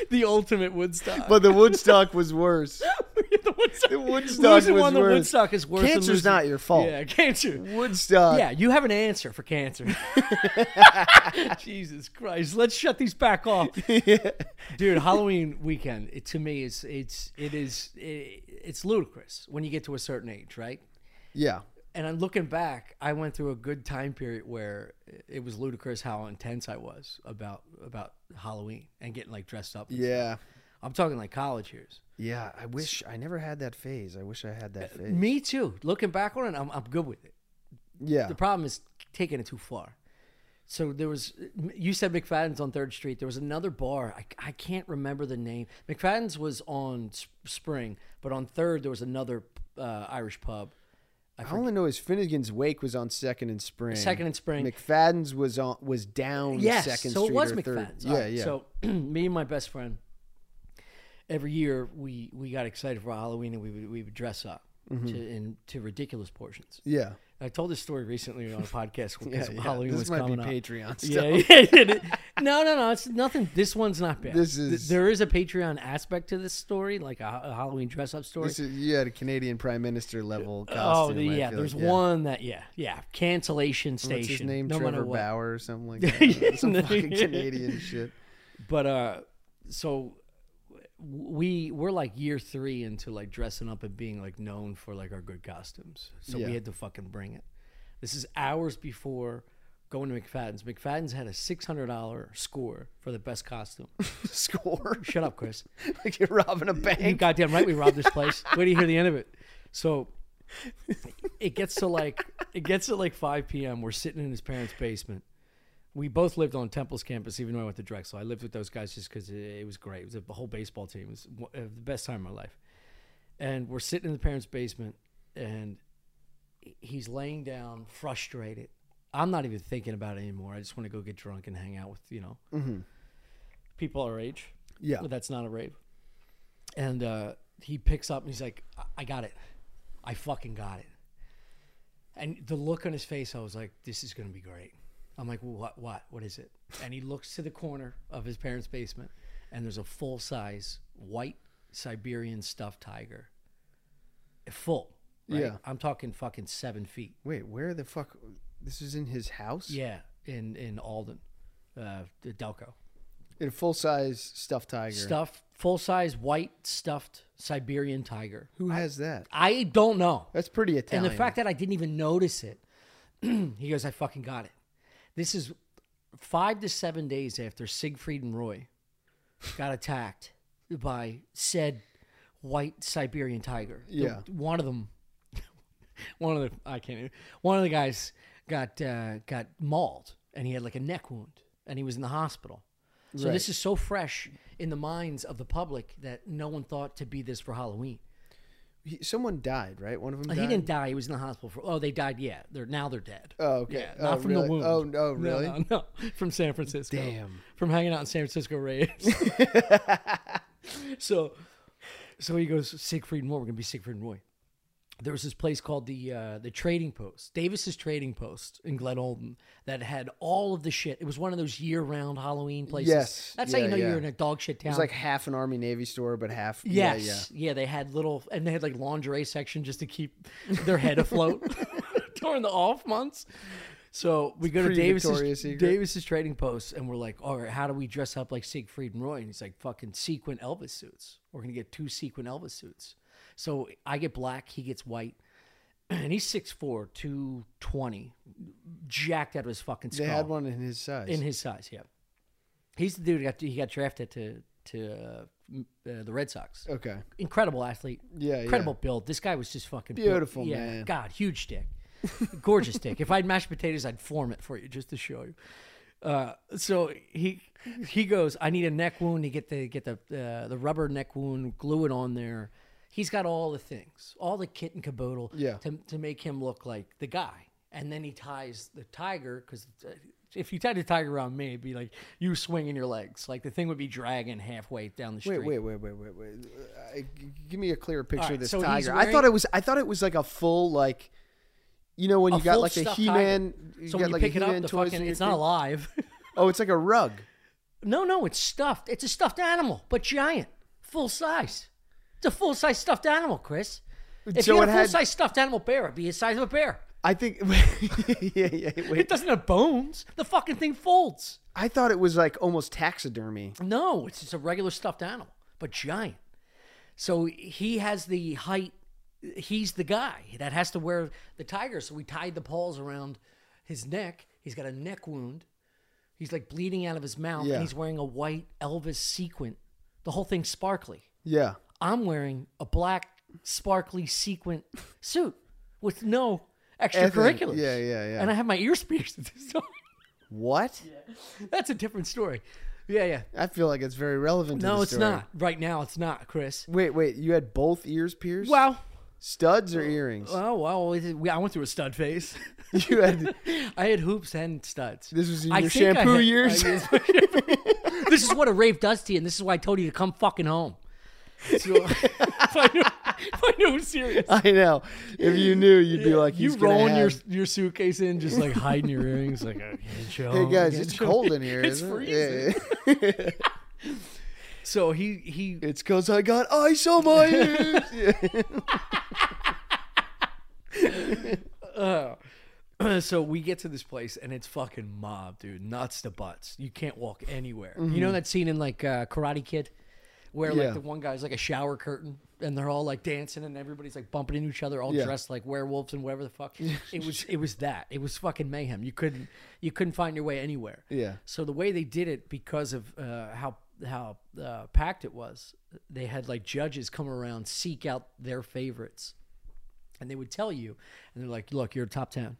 Speaker 2: the ultimate Woodstock.
Speaker 1: But the Woodstock was worse.
Speaker 2: [laughs] the Woodstock,
Speaker 1: The Woodstock
Speaker 2: losing
Speaker 1: was
Speaker 2: one to
Speaker 1: worse.
Speaker 2: Woodstock is worse. than
Speaker 1: Cancer's
Speaker 2: losing-
Speaker 1: not your fault.
Speaker 2: Yeah, cancer.
Speaker 1: Woodstock.
Speaker 2: Yeah, you have an answer for cancer. [laughs] Jesus Christ, let's shut these back off,
Speaker 1: [laughs]
Speaker 2: dude. Halloween weekend it, to me is it's it is it, it's ludicrous when you get to a certain age, right?
Speaker 1: Yeah.
Speaker 2: And I'm looking back, I went through a good time period where it was ludicrous how intense I was about about Halloween and getting like dressed up. and stuff.
Speaker 1: Yeah.
Speaker 2: I'm talking like college years.
Speaker 1: Yeah. I wish I never had that phase. I wish I had that phase.
Speaker 2: Me too. Looking back on it, I'm I'm good with it.
Speaker 1: Yeah.
Speaker 2: The problem is taking it too far. So there was, you said McFadden's on Third Street. There was another bar. I, I can't remember the name. McFadden's was on S- Spring, but on Third there was another uh, Irish pub. I
Speaker 1: All I only know is Finnegan's Wake was on Second and Spring.
Speaker 2: Second and Spring.
Speaker 1: McFadden's was on was down
Speaker 2: yes,
Speaker 1: Second
Speaker 2: so
Speaker 1: Street
Speaker 2: it was
Speaker 1: or Third.
Speaker 2: McFadden's.
Speaker 1: Yeah,
Speaker 2: All right,
Speaker 1: yeah.
Speaker 2: So [clears throat] me and my best friend, every year we we got excited for Halloween and we would we would dress up
Speaker 1: Mm-hmm.
Speaker 2: to in to ridiculous portions.
Speaker 1: yeah.
Speaker 2: I told this story recently
Speaker 1: [laughs]
Speaker 2: on a podcast because
Speaker 1: Yeah,
Speaker 2: Halloween
Speaker 1: this
Speaker 2: was
Speaker 1: might be
Speaker 2: coming up.
Speaker 1: Patreon stuff.
Speaker 2: Yeah, [laughs] yeah, yeah.
Speaker 1: [laughs]
Speaker 2: No, no, no. It's nothing. This one's not bad.
Speaker 1: This
Speaker 2: Th-
Speaker 1: is-
Speaker 2: there is a Patreon aspect to this story, like a, a Halloween dress up story.
Speaker 1: This is, you had a Canadian prime minister level
Speaker 2: oh,
Speaker 1: costume.
Speaker 2: the,
Speaker 1: I
Speaker 2: yeah.
Speaker 1: feel
Speaker 2: There's
Speaker 1: like.
Speaker 2: one that yeah, yeah. Cancellation station.
Speaker 1: What's his name?
Speaker 2: no
Speaker 1: Trevor
Speaker 2: matter what.
Speaker 1: Bauer or something
Speaker 2: [laughs]
Speaker 1: like that. Some
Speaker 2: Yeah.
Speaker 1: fucking Canadian
Speaker 2: [laughs]
Speaker 1: shit.
Speaker 2: But uh, so w- we we're like year three into like dressing up and being like known for like our good costumes. So
Speaker 1: Yeah.
Speaker 2: we had to fucking bring it. This is hours before going to McFadden's. McFadden's had a six hundred dollar score for the best costume.
Speaker 1: Score.
Speaker 2: Shut up, Chris.
Speaker 1: [laughs] like you're robbing a
Speaker 2: You
Speaker 1: bank.
Speaker 2: goddamn right we robbed this place. Where do you hear the end of it? So it gets to like it gets to like five PM. We're sitting in his parents' basement. We both lived on Temple's campus, even though I went to Drexel. I lived with those guys just because it, it was great. It was a, the whole baseball team. It was one- uh, the best time of my life. And we're sitting in the parents' basement, and he's laying down, frustrated, I'm not even thinking about it anymore. I just want to go get drunk and hang out with you know people our age.
Speaker 1: Yeah.
Speaker 2: But that's not a rave. And uh, he picks up and he's like, "I- I got it. I fucking got it. And the look on his face, I was like, this is going to be great. I'm like, what, what, what is it? And he looks to the corner of his parents' basement and there's a full size white Siberian stuffed tiger. Full. right?
Speaker 1: Yeah.
Speaker 2: I'm talking fucking seven feet.
Speaker 1: Wait, where the fuck? This is in his house.
Speaker 2: Yeah. In, in Alden, uh, Delco.
Speaker 1: in a full size stuffed tiger.
Speaker 2: Stuffed, full size white stuffed Siberian tiger.
Speaker 1: Who has that?
Speaker 2: I don't know.
Speaker 1: That's pretty Italian.
Speaker 2: And the fact that I didn't even notice it, [clears throat] he goes, I fucking got it. This is five to seven days after Siegfried and Roy got attacked by said white Siberian tiger. The-
Speaker 1: Yeah.
Speaker 2: one of them, [laughs] one of the, I can't even, one of the guys got, uh, got mauled and he had like a neck wound and he was in the hospital. So this is so fresh in the minds of the public that no one thought to be this for Halloween.
Speaker 1: he, someone died, right? One of them.
Speaker 2: Uh,
Speaker 1: died?
Speaker 2: He didn't die. He was in the hospital for. Oh, they died. Yeah, they're now they're dead.
Speaker 1: Oh, okay.
Speaker 2: Yeah,
Speaker 1: Oh,
Speaker 2: not from
Speaker 1: really?
Speaker 2: the wound.
Speaker 1: Oh, no, really?
Speaker 2: No, no, [laughs] from San Francisco.
Speaker 1: Damn.
Speaker 2: From hanging out in San
Speaker 1: [laughs]
Speaker 2: Francisco Rays. [laughs] so, so he goes Siegfried and Roy. We're gonna be Siegfried and Roy. There was this place called the uh, the Trading Post, Davis's Trading Post in Glen Olden, that had all of the shit. It was one of those year round Halloween places.
Speaker 1: Yes.
Speaker 2: that's how
Speaker 1: Yeah,
Speaker 2: you know
Speaker 1: yeah.
Speaker 2: you're in a dog shit town.
Speaker 1: It's like half an Army Navy store, but half. yeah,
Speaker 2: Yes. Yeah, They had little, and they had like lingerie section just to keep their
Speaker 1: [laughs]
Speaker 2: head afloat during the off months. So we go to
Speaker 1: Pre-Victoria's
Speaker 2: Davis's,
Speaker 1: Secret.
Speaker 2: Davis's trading post, and we're like, all right, how do we dress up like Siegfried and Roy? And he's like, fucking sequin Elvis suits. We're going to get two sequin Elvis suits. So I get black, he gets white. [clears throat] And he's 6'4, 220, jacked out of his fucking
Speaker 1: They
Speaker 2: skull.
Speaker 1: had one in his size.
Speaker 2: In his size, yeah. He's the dude who got, he got drafted to, to uh, m- uh, the Red Sox
Speaker 1: okay.
Speaker 2: incredible athlete.
Speaker 1: Yeah, yeah.
Speaker 2: Incredible build. This guy was just fucking built-
Speaker 1: Beautiful,
Speaker 2: yeah,
Speaker 1: man.
Speaker 2: God, huge dick. [laughs] Gorgeous dick. If I had mashed potatoes, I'd form it for you just to show you. Uh, so he he goes, I need a neck wound to get the get the uh, the rubber neck wound, glue it on there. He's got all the things, all the kit and caboodle
Speaker 1: Yeah.
Speaker 2: to, to make him look like the guy. And then he ties the tiger because if you tied the tiger around me, it'd be like you swinging your legs. Like the thing would be dragging halfway down the street.
Speaker 1: Wait, wait, wait, wait, wait, wait. Uh, I- g- give me a clearer picture
Speaker 2: right,
Speaker 1: of this
Speaker 2: so he's
Speaker 1: tiger. I
Speaker 2: wearing-
Speaker 1: thought it was. I thought it was like a full like. You know when
Speaker 2: A
Speaker 1: you got
Speaker 2: full
Speaker 1: like a
Speaker 2: stuffed
Speaker 1: He-Man.
Speaker 2: tiger.
Speaker 1: You
Speaker 2: so
Speaker 1: got
Speaker 2: when you
Speaker 1: like
Speaker 2: pick
Speaker 1: a
Speaker 2: it
Speaker 1: He-Man
Speaker 2: up, the
Speaker 1: toys in
Speaker 2: fucking
Speaker 1: your
Speaker 2: it's not
Speaker 1: kid-
Speaker 2: alive. [laughs]
Speaker 1: Oh, it's like a rug.
Speaker 2: no, no, it's stuffed. It's a stuffed animal, but giant, full size. It's a full size stuffed animal, Chris. If
Speaker 1: So
Speaker 2: you had
Speaker 1: it
Speaker 2: a
Speaker 1: had-
Speaker 2: full size stuffed animal bear, it'd be the size of a bear.
Speaker 1: I think. yeah, yeah.
Speaker 2: It
Speaker 1: Wait.
Speaker 2: doesn't have bones. The fucking thing folds.
Speaker 1: I thought it was like almost taxidermy.
Speaker 2: No, it's just a regular stuffed animal, but giant. So he has the height. He's the guy that has to wear the tiger. So we tied the paws around his neck. He's got a neck wound. He's like bleeding out of his mouth.
Speaker 1: Yeah.
Speaker 2: And he's wearing a white Elvis sequin. The whole thing's sparkly.
Speaker 1: Yeah.
Speaker 2: I'm wearing a black sparkly sequin suit with no extracurriculars.
Speaker 1: Yeah, yeah, yeah.
Speaker 2: And I have my ears [laughs] pierced at this time.
Speaker 1: What?
Speaker 2: That's a different story. Yeah, yeah.
Speaker 1: I feel like it's very relevant. To
Speaker 2: No,
Speaker 1: the
Speaker 2: it's
Speaker 1: story.
Speaker 2: not. Right now, it's not, Chris.
Speaker 1: Wait, wait. You had both ears pierced?
Speaker 2: Well,
Speaker 1: Studs or earrings?
Speaker 2: oh well, it- we- I went through a stud phase.
Speaker 1: [laughs]
Speaker 2: [laughs]
Speaker 1: you had.
Speaker 2: I had hoops and studs.
Speaker 1: This was in
Speaker 2: I
Speaker 1: your
Speaker 2: think I
Speaker 1: shampoo
Speaker 2: had- [laughs]
Speaker 1: years.
Speaker 2: I used my shampoo. this is what a rave does to you, and this is why I told you to come fucking home. So, [laughs] if, I knew, if I knew it was serious,
Speaker 1: [laughs] I know. If you knew, you'd be like,
Speaker 2: you
Speaker 1: Uh, "He's gonna
Speaker 2: rolling your
Speaker 1: have-
Speaker 2: your suitcase in, just like hiding your earrings, like I can't show.
Speaker 1: [laughs] Hey
Speaker 2: I
Speaker 1: guys,
Speaker 2: can't
Speaker 1: it's
Speaker 2: show."
Speaker 1: cold
Speaker 2: [laughs]
Speaker 1: in here.
Speaker 2: Oh, It's
Speaker 1: isn't it?
Speaker 2: freezing.
Speaker 1: Yeah. [laughs]
Speaker 2: So he he
Speaker 1: It's because I got ice on my ears. Yeah.
Speaker 2: [clears throat] so we get to this place and it's fucking mob, dude. Nuts to butts. You can't walk anywhere. You know that scene in like uh, Karate Kid where
Speaker 1: Mm-hmm. Yeah.
Speaker 2: like the one guy's like a shower curtain and they're all like dancing and everybody's like bumping into each other all
Speaker 1: Yeah.
Speaker 2: dressed like werewolves and whatever
Speaker 1: [laughs]
Speaker 2: the fuck. it was it was that. It was fucking mayhem. You couldn't you couldn't find your way anywhere.
Speaker 1: Yeah.
Speaker 2: So the way they did it because of uh, how how uh, packed it was, they had like judges come around seek out their favorites and they would tell you, and they're like, "Look, you're top ten.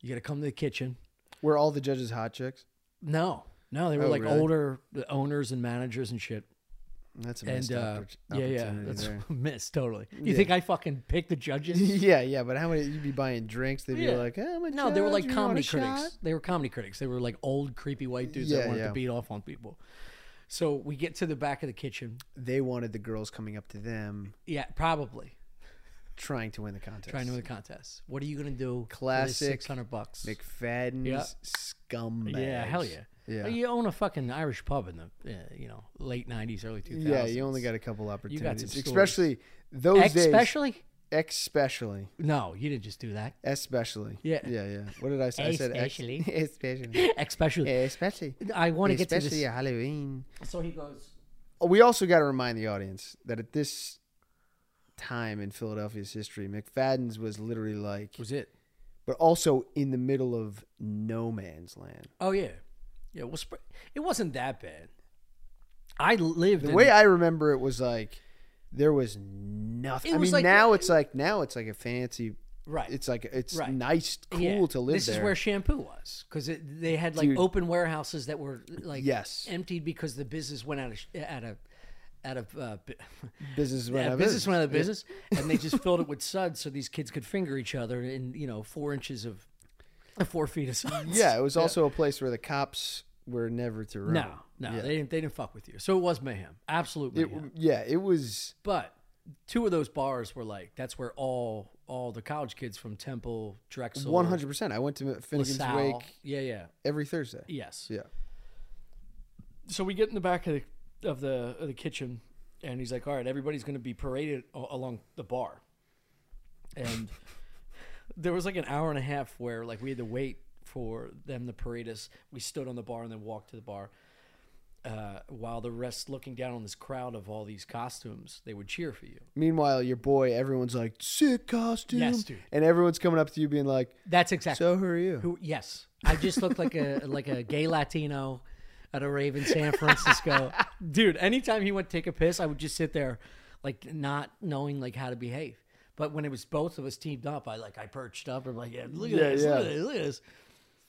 Speaker 2: You got to come to the kitchen."
Speaker 1: Were all the judges hot chicks?
Speaker 2: No, no, they were like
Speaker 1: Oh, really?
Speaker 2: older owners and managers and shit.
Speaker 1: That's a
Speaker 2: And
Speaker 1: missed
Speaker 2: uh,
Speaker 1: oppor-
Speaker 2: yeah, yeah,
Speaker 1: opportunity
Speaker 2: that's
Speaker 1: there.
Speaker 2: [laughs] missed totally. You
Speaker 1: Yeah.
Speaker 2: think I fucking picked the
Speaker 1: [laughs]
Speaker 2: judges?
Speaker 1: yeah, yeah. But how many you'd be buying drinks? They'd
Speaker 2: Yeah.
Speaker 1: be like, "Eh, I'm a
Speaker 2: No, they were
Speaker 1: judge,
Speaker 2: like
Speaker 1: you want
Speaker 2: comedy
Speaker 1: a
Speaker 2: critics.
Speaker 1: shot?"
Speaker 2: They were comedy critics. They were like old, creepy white dudes
Speaker 1: Yeah,
Speaker 2: that wanted
Speaker 1: yeah.
Speaker 2: to beat off on people. So we get to the back of the kitchen.
Speaker 1: They wanted the girls coming up to them
Speaker 2: Yeah, probably
Speaker 1: trying to win the contest.
Speaker 2: trying to win the contest. What are you gonna do?
Speaker 1: Classic
Speaker 2: six hundred bucks.
Speaker 1: McFadden's
Speaker 2: Yeah.
Speaker 1: scumbags.
Speaker 2: yeah, hell yeah.
Speaker 1: Yeah.
Speaker 2: Well, You own a fucking Irish pub in the uh, you know late '90s, early 2000s.
Speaker 1: Yeah, you only got a couple
Speaker 2: some
Speaker 1: opportunities,
Speaker 2: stories.
Speaker 1: especially those days.
Speaker 2: especially.
Speaker 1: Especially,
Speaker 2: No, you didn't just do that. [laughs]
Speaker 1: especially.
Speaker 2: Yeah.
Speaker 1: yeah, yeah. What did I say? I said [laughs] ex-
Speaker 2: Especially. [laughs]
Speaker 1: especially,
Speaker 2: Especially,
Speaker 1: especially.
Speaker 2: I want to get to
Speaker 1: especially
Speaker 2: this.
Speaker 1: Halloween.
Speaker 2: So he goes.
Speaker 1: We also got to remind the audience that at this time in Philadelphia's history, McFadden's was literally like,
Speaker 2: Was it?
Speaker 1: but also in the middle of no man's land.
Speaker 2: Oh yeah, yeah. Well, sp- it wasn't that bad. I lived
Speaker 1: The
Speaker 2: in-
Speaker 1: way I remember it was like there was nothing.
Speaker 2: It
Speaker 1: I
Speaker 2: was
Speaker 1: mean,
Speaker 2: like-
Speaker 1: now it's like now it's like a fancy.
Speaker 2: right.
Speaker 1: It's like it's
Speaker 2: Right.
Speaker 1: nice, cool
Speaker 2: Yeah.
Speaker 1: to live
Speaker 2: This
Speaker 1: there.
Speaker 2: is where shampoo was because they had like
Speaker 1: Dude.
Speaker 2: open warehouses that were like
Speaker 1: Yes.
Speaker 2: emptied because the business went out of sh- out of out of uh, bu- [laughs]
Speaker 1: business went
Speaker 2: yeah,
Speaker 1: out of
Speaker 2: business went out of
Speaker 1: Yeah.
Speaker 2: business, and
Speaker 1: [laughs]
Speaker 2: they just filled it with suds so these kids could finger each other in you know four inches of [laughs] four feet of suds.
Speaker 1: Yeah, it was also a place where the cops were never to run.
Speaker 2: no, no,
Speaker 1: Yeah.
Speaker 2: they didn't. They didn't fuck with you. So it was mayhem, absolute
Speaker 1: It,
Speaker 2: mayhem.
Speaker 1: yeah, it was.
Speaker 2: But two of those bars were like that's where all all the college kids from Temple, Drexel,
Speaker 1: One hundred percent. I went to Finnegan's
Speaker 2: LaSalle.
Speaker 1: Wake
Speaker 2: Yeah, yeah,
Speaker 1: every Thursday.
Speaker 2: yes.
Speaker 1: Yeah,
Speaker 2: So we get in the back of the of the, of the kitchen, and he's like, "All right, everybody's going to be paraded a- along the bar." And there was like an hour and a half where like we had to wait for them to parade us. We stood on the bar and then walked to the bar. Uh, while the rest looking down on this crowd of all these costumes, they would cheer for you.
Speaker 1: Meanwhile, your boy, everyone's like sick costume,
Speaker 2: Yes, dude.
Speaker 1: and everyone's coming up to you being like,
Speaker 2: That's exactly
Speaker 1: "So who are you?"
Speaker 2: Who? Yes, I just looked like a [laughs] like a gay Latino at a rave in
Speaker 1: [laughs]
Speaker 2: San Francisco, dude. Anytime he went to take a piss, I would just sit there, like not knowing like how to behave. But when it was both of us teamed up, I like I perched up and like, yeah, look at
Speaker 1: Yeah,
Speaker 2: this, look at
Speaker 1: yeah.
Speaker 2: this, look at this.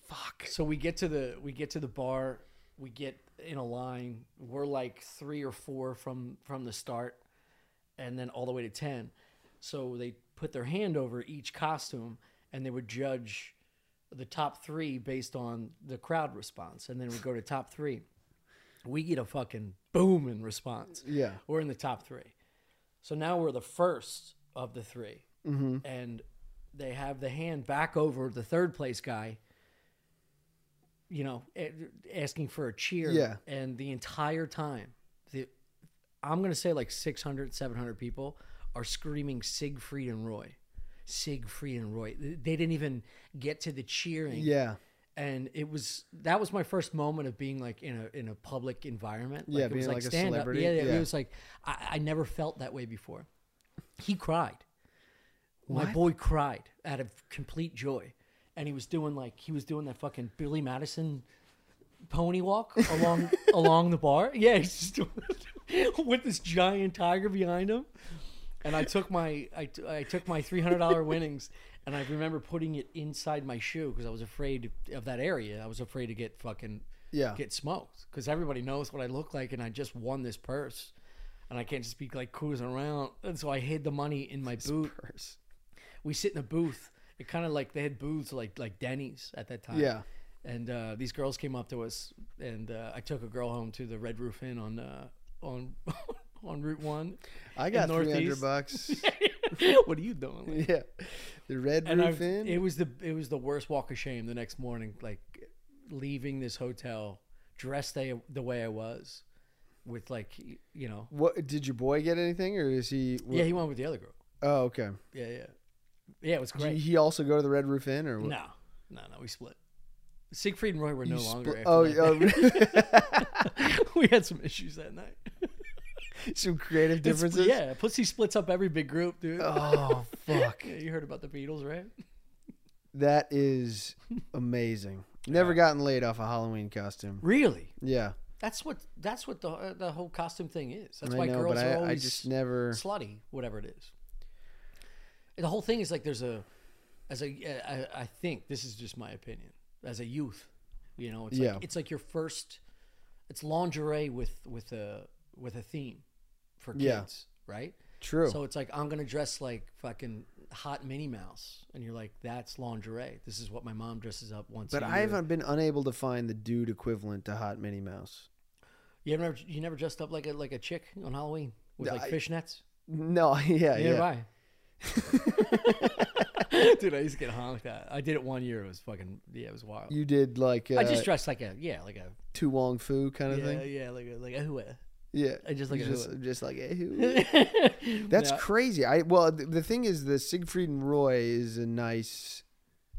Speaker 2: Fuck. So we get to the we get to the bar, we get in a line. We're like three or four from from the start and then all the way to 10. So they put their hand over each costume and they would judge the top three based on the crowd response. And then we go to top three. We get a fucking boom in response.
Speaker 1: Yeah.
Speaker 2: We're in the top three. So now we're the first of the 3
Speaker 1: Mm-hmm.
Speaker 2: And they have the hand back over the third place guy, you know, a- asking for a cheer.
Speaker 1: Yeah.
Speaker 2: And the entire time, the, I'm going to say like 600, 700 people are screaming Siegfried and Roy. Siegfried and Roy. They didn't even get to the cheering.
Speaker 1: Yeah,
Speaker 2: And it was that was my first moment of being like in a in a public environment. Like
Speaker 1: Yeah,
Speaker 2: it was
Speaker 1: being
Speaker 2: like,
Speaker 1: like a
Speaker 2: stand up.
Speaker 1: celebrity.
Speaker 2: Yeah, yeah,
Speaker 1: Yeah.
Speaker 2: It was like I, I never felt that way before. He cried. My boy cried out of complete joy. And he was doing like he was doing that fucking Billy Madison pony walk along [laughs] along the bar. Yeah, he's just [laughs] doing with this giant tiger behind him. And I took my I, t- I took my three hundred dollar winnings, and I remember putting it inside my shoe because I was afraid of that area. I was afraid to get fucking
Speaker 1: yeah.
Speaker 2: get smoked because everybody knows what I look like, and I just won this purse, and I can't just be like cruising around. And so I hid the money in my boot.
Speaker 1: Purse.
Speaker 2: We sit in a booth. It kind of like they had booths like like Denny's at that time.
Speaker 1: Yeah.
Speaker 2: And uh, these girls came up to us, and uh, I took a girl home to the Red Roof Inn on uh, on [laughs] on Route One.
Speaker 1: I got three hundred
Speaker 2: Northeast.
Speaker 1: bucks.
Speaker 2: [laughs]
Speaker 1: [laughs]
Speaker 2: what are you doing? Like,
Speaker 1: yeah, the red
Speaker 2: and
Speaker 1: roof
Speaker 2: I-
Speaker 1: in.
Speaker 2: it was the it was the worst walk of shame the next morning like leaving this hotel dressed the, the way i was with like y- you know
Speaker 1: what did your boy get anything, or is he?
Speaker 2: yeah he went with the other girl
Speaker 1: Oh, okay.
Speaker 2: yeah yeah yeah it was
Speaker 1: Did
Speaker 2: great
Speaker 1: he also go to the Red Roof Inn, or what?
Speaker 2: no no no we split siegfried and roy were no
Speaker 1: You
Speaker 2: longer
Speaker 1: split-
Speaker 2: after
Speaker 1: oh,
Speaker 2: that day. [laughs]
Speaker 1: yeah,
Speaker 2: we had some issues that night
Speaker 1: [laughs] some creative
Speaker 2: It's-
Speaker 1: [laughs] differences.
Speaker 2: yeah pussy splits up every big group dude
Speaker 1: Oh [laughs] fuck.
Speaker 2: Yeah, you heard about the beatles right
Speaker 1: That is
Speaker 2: [laughs]
Speaker 1: amazing. Never gotten laid off a Halloween costume.
Speaker 2: really
Speaker 1: Yeah,
Speaker 2: that's what that's what the uh, the whole costume thing is that's
Speaker 1: I
Speaker 2: why
Speaker 1: know,
Speaker 2: girls
Speaker 1: but
Speaker 2: are
Speaker 1: I,
Speaker 2: always
Speaker 1: I just never.
Speaker 2: slutty, whatever it is. And The whole thing is like there's a, as a, uh, I, I think this is just my opinion. As a youth, you know, it's
Speaker 1: Yeah.
Speaker 2: like it's like your first, it's lingerie with with a with a theme. for kids,
Speaker 1: Yeah.
Speaker 2: right?
Speaker 1: True.
Speaker 2: So it's like I'm gonna dress like fucking hot Minnie Mouse, and you're like, that's lingerie. This is what my mom dresses up once.
Speaker 1: but
Speaker 2: a
Speaker 1: I
Speaker 2: year.
Speaker 1: haven't been unable to find the dude equivalent to Hot Minnie Mouse.
Speaker 2: You ever you never dressed up like a like a chick on Halloween with
Speaker 1: No,
Speaker 2: like
Speaker 1: I-
Speaker 2: fishnets?
Speaker 1: No, [laughs] yeah,
Speaker 2: Neither
Speaker 1: yeah.
Speaker 2: have I. Dude, I used to get honked at. I did it one year. It was fucking yeah, it was wild.
Speaker 1: You did like uh,
Speaker 2: I just dressed like a yeah, like a
Speaker 1: Tu Wong Fu kind of
Speaker 2: yeah,
Speaker 1: thing.
Speaker 2: yeah, like a, like a hua.
Speaker 1: Yeah,
Speaker 2: I just like
Speaker 1: You
Speaker 2: a
Speaker 1: just, just like eh,
Speaker 2: [laughs]
Speaker 1: who-
Speaker 2: That's
Speaker 1: [laughs] that's crazy. I well, th- the thing is, the Siegfried and Roy is a nice.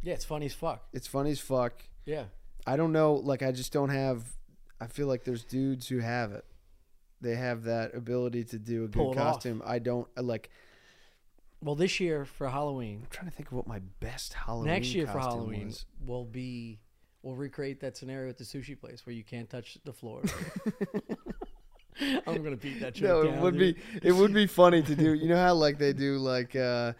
Speaker 2: yeah, it's funny as fuck.
Speaker 1: It's funny as fuck.
Speaker 2: Yeah,
Speaker 1: I don't know. Like I just don't have. I feel like there's dudes who have it. They have that ability to do a
Speaker 2: Pull
Speaker 1: good
Speaker 2: it off.
Speaker 1: costume. I don't I, like.
Speaker 2: Well, this year for Halloween,
Speaker 1: I'm trying to think of what my best Halloween
Speaker 2: next year for
Speaker 1: costume
Speaker 2: Halloween,
Speaker 1: was.
Speaker 2: will be we'll recreate that scenario at the sushi place where you can't touch
Speaker 1: [laughs]
Speaker 2: the floor. [laughs] I'm gonna beat that shit.
Speaker 1: No, it
Speaker 2: down,
Speaker 1: would
Speaker 2: dude.
Speaker 1: be it would
Speaker 2: [laughs]
Speaker 1: be funny to do. You know how like they do like uh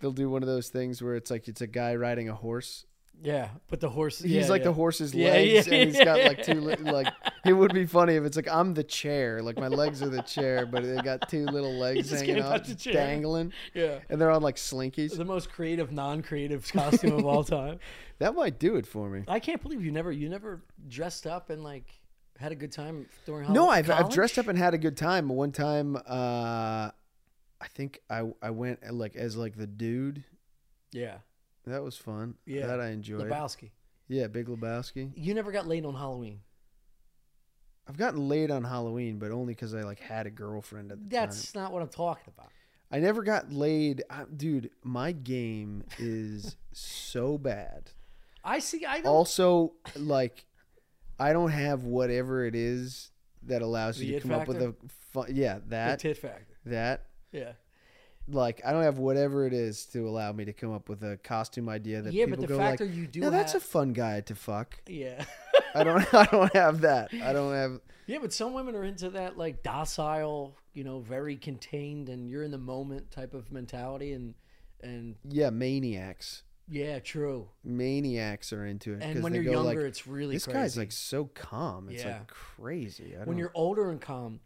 Speaker 1: they'll do one of those things where it's like it's a guy riding a horse.
Speaker 2: Yeah, but the horse.
Speaker 1: He's
Speaker 2: yeah,
Speaker 1: like
Speaker 2: yeah.
Speaker 1: the horse's
Speaker 2: Yeah,
Speaker 1: legs
Speaker 2: yeah,
Speaker 1: and he's got like two li- like it would be funny if it's like I'm the chair, like my legs are the chair, but they got two
Speaker 2: [laughs]
Speaker 1: little legs
Speaker 2: just
Speaker 1: hanging
Speaker 2: can't
Speaker 1: out
Speaker 2: touch the
Speaker 1: just
Speaker 2: chair.
Speaker 1: dangling
Speaker 2: Yeah.
Speaker 1: and they're on like slinkies.
Speaker 2: The most creative, non-creative [laughs] costume of all time.
Speaker 1: That might do it for me.
Speaker 2: I can't believe you never, you never dressed up and like had a good time during Halloween.
Speaker 1: No, I've, I've dressed up and had a good time. One time, uh, I think I I went like as like the dude.
Speaker 2: Yeah,
Speaker 1: That was fun.
Speaker 2: Yeah.
Speaker 1: that I enjoyed.
Speaker 2: Lebowski.
Speaker 1: yeah, Big Lebowski.
Speaker 2: You never got laid on Halloween.
Speaker 1: I've gotten laid on Halloween, but only because I like had a girlfriend at the time.
Speaker 2: That's not what I'm talking about.
Speaker 1: I never got laid, I, dude. My game is so bad.
Speaker 2: I see. I don't.
Speaker 1: Also, like, I don't have whatever it is that allows
Speaker 2: The
Speaker 1: you to
Speaker 2: it
Speaker 1: come up with a
Speaker 2: factor?
Speaker 1: fun. Yeah,
Speaker 2: the
Speaker 1: that
Speaker 2: tit factor.
Speaker 1: that.
Speaker 2: Yeah.
Speaker 1: Like, I don't have whatever it is to allow me to come up with a costume idea that
Speaker 2: Yeah,
Speaker 1: people
Speaker 2: but the
Speaker 1: go
Speaker 2: factor
Speaker 1: like.
Speaker 2: you do.
Speaker 1: No, that's a
Speaker 2: have, [laughs]
Speaker 1: fun guy to fuck.
Speaker 2: Yeah.
Speaker 1: I don't. [laughs] I don't have that. I don't have.
Speaker 2: yeah, but some women are into that like docile, you know, very contained, and you're in the moment type of mentality, and and
Speaker 1: Yeah, maniacs.
Speaker 2: yeah, true.
Speaker 1: Maniacs are into it.
Speaker 2: And
Speaker 1: 'cause
Speaker 2: when
Speaker 1: they
Speaker 2: you're
Speaker 1: go like,
Speaker 2: younger, it's really
Speaker 1: this
Speaker 2: crazy.
Speaker 1: guy's like so calm. It's
Speaker 2: Yeah.
Speaker 1: like crazy. I don't,
Speaker 2: when you're older and calm,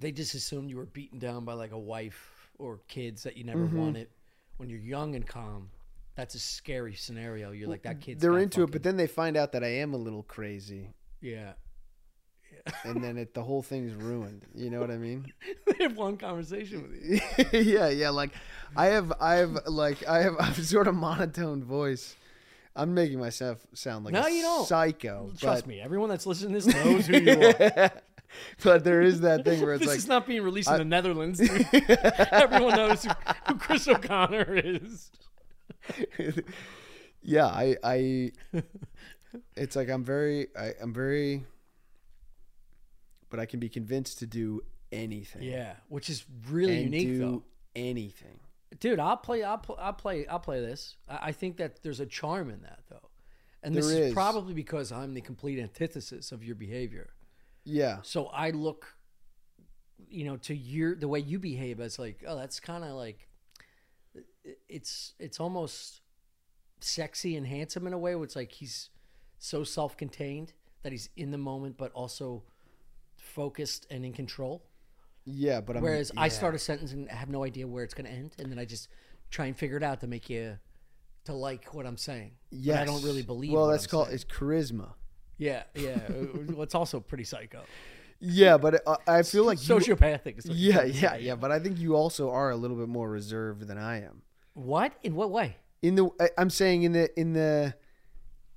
Speaker 2: they just assume you were beaten down by like a wife or kids that you never
Speaker 1: Mm-hmm.
Speaker 2: wanted. When you're young and calm, that's a scary scenario. You're like that kid's
Speaker 1: they're
Speaker 2: got
Speaker 1: into it, but
Speaker 2: fucking-
Speaker 1: then they find out that I am a little crazy,
Speaker 2: yeah. [laughs]
Speaker 1: and then it the whole thing's ruined. You know what I mean? [laughs]
Speaker 2: they have one conversation with you.
Speaker 1: yeah, yeah. Like I have, I have, like I have [laughs] a sort of monotone voice. I'm making myself sound like
Speaker 2: No,
Speaker 1: a
Speaker 2: you don't.
Speaker 1: psycho.
Speaker 2: Trust
Speaker 1: but, [laughs]
Speaker 2: me, everyone that's listening to this knows who you are.
Speaker 1: but there is that thing
Speaker 2: [laughs]
Speaker 1: where it's
Speaker 2: this
Speaker 1: like
Speaker 2: is not being released in
Speaker 1: [laughs]
Speaker 2: the Netherlands. [laughs] dude. everyone knows who, who Chris O'Connor is.
Speaker 1: [laughs] yeah, I, I, it's like I'm very, I, I'm very, but I can be convinced to do anything.
Speaker 2: Yeah, which is really
Speaker 1: and
Speaker 2: unique
Speaker 1: do
Speaker 2: though.
Speaker 1: anything.
Speaker 2: dude i'll play i'll, pl- I'll play i'll play this I, I think that there's a charm in that though and this
Speaker 1: There
Speaker 2: is.
Speaker 1: is.
Speaker 2: probably because i'm the complete antithesis of your behavior
Speaker 1: Yeah,
Speaker 2: so i look you know to your the way you behave as like oh that's kind of like i- it's it's almost sexy and handsome in a way where it's like he's so self-contained that he's in the moment but also focused and in control
Speaker 1: yeah, but I'm.
Speaker 2: Whereas I
Speaker 1: yeah.
Speaker 2: start a sentence and have no idea where it's going to end, and then I just try and figure it out to make you to like what I'm saying. Yeah, I don't
Speaker 1: Yes.
Speaker 2: really believe.
Speaker 1: Well,
Speaker 2: what
Speaker 1: that's
Speaker 2: I'm
Speaker 1: called
Speaker 2: saying.
Speaker 1: it's charisma.
Speaker 2: Yeah,
Speaker 1: [laughs]
Speaker 2: yeah. well, it's also pretty psycho,
Speaker 1: Yeah, but I, I feel like you-
Speaker 2: sociopathic. is what you're
Speaker 1: yeah, [laughs]
Speaker 2: trying to
Speaker 1: yeah,
Speaker 2: say.
Speaker 1: yeah. But I think you also are a little bit more reserved than I am.
Speaker 2: What? In what way?
Speaker 1: in the I- I'm saying in the in the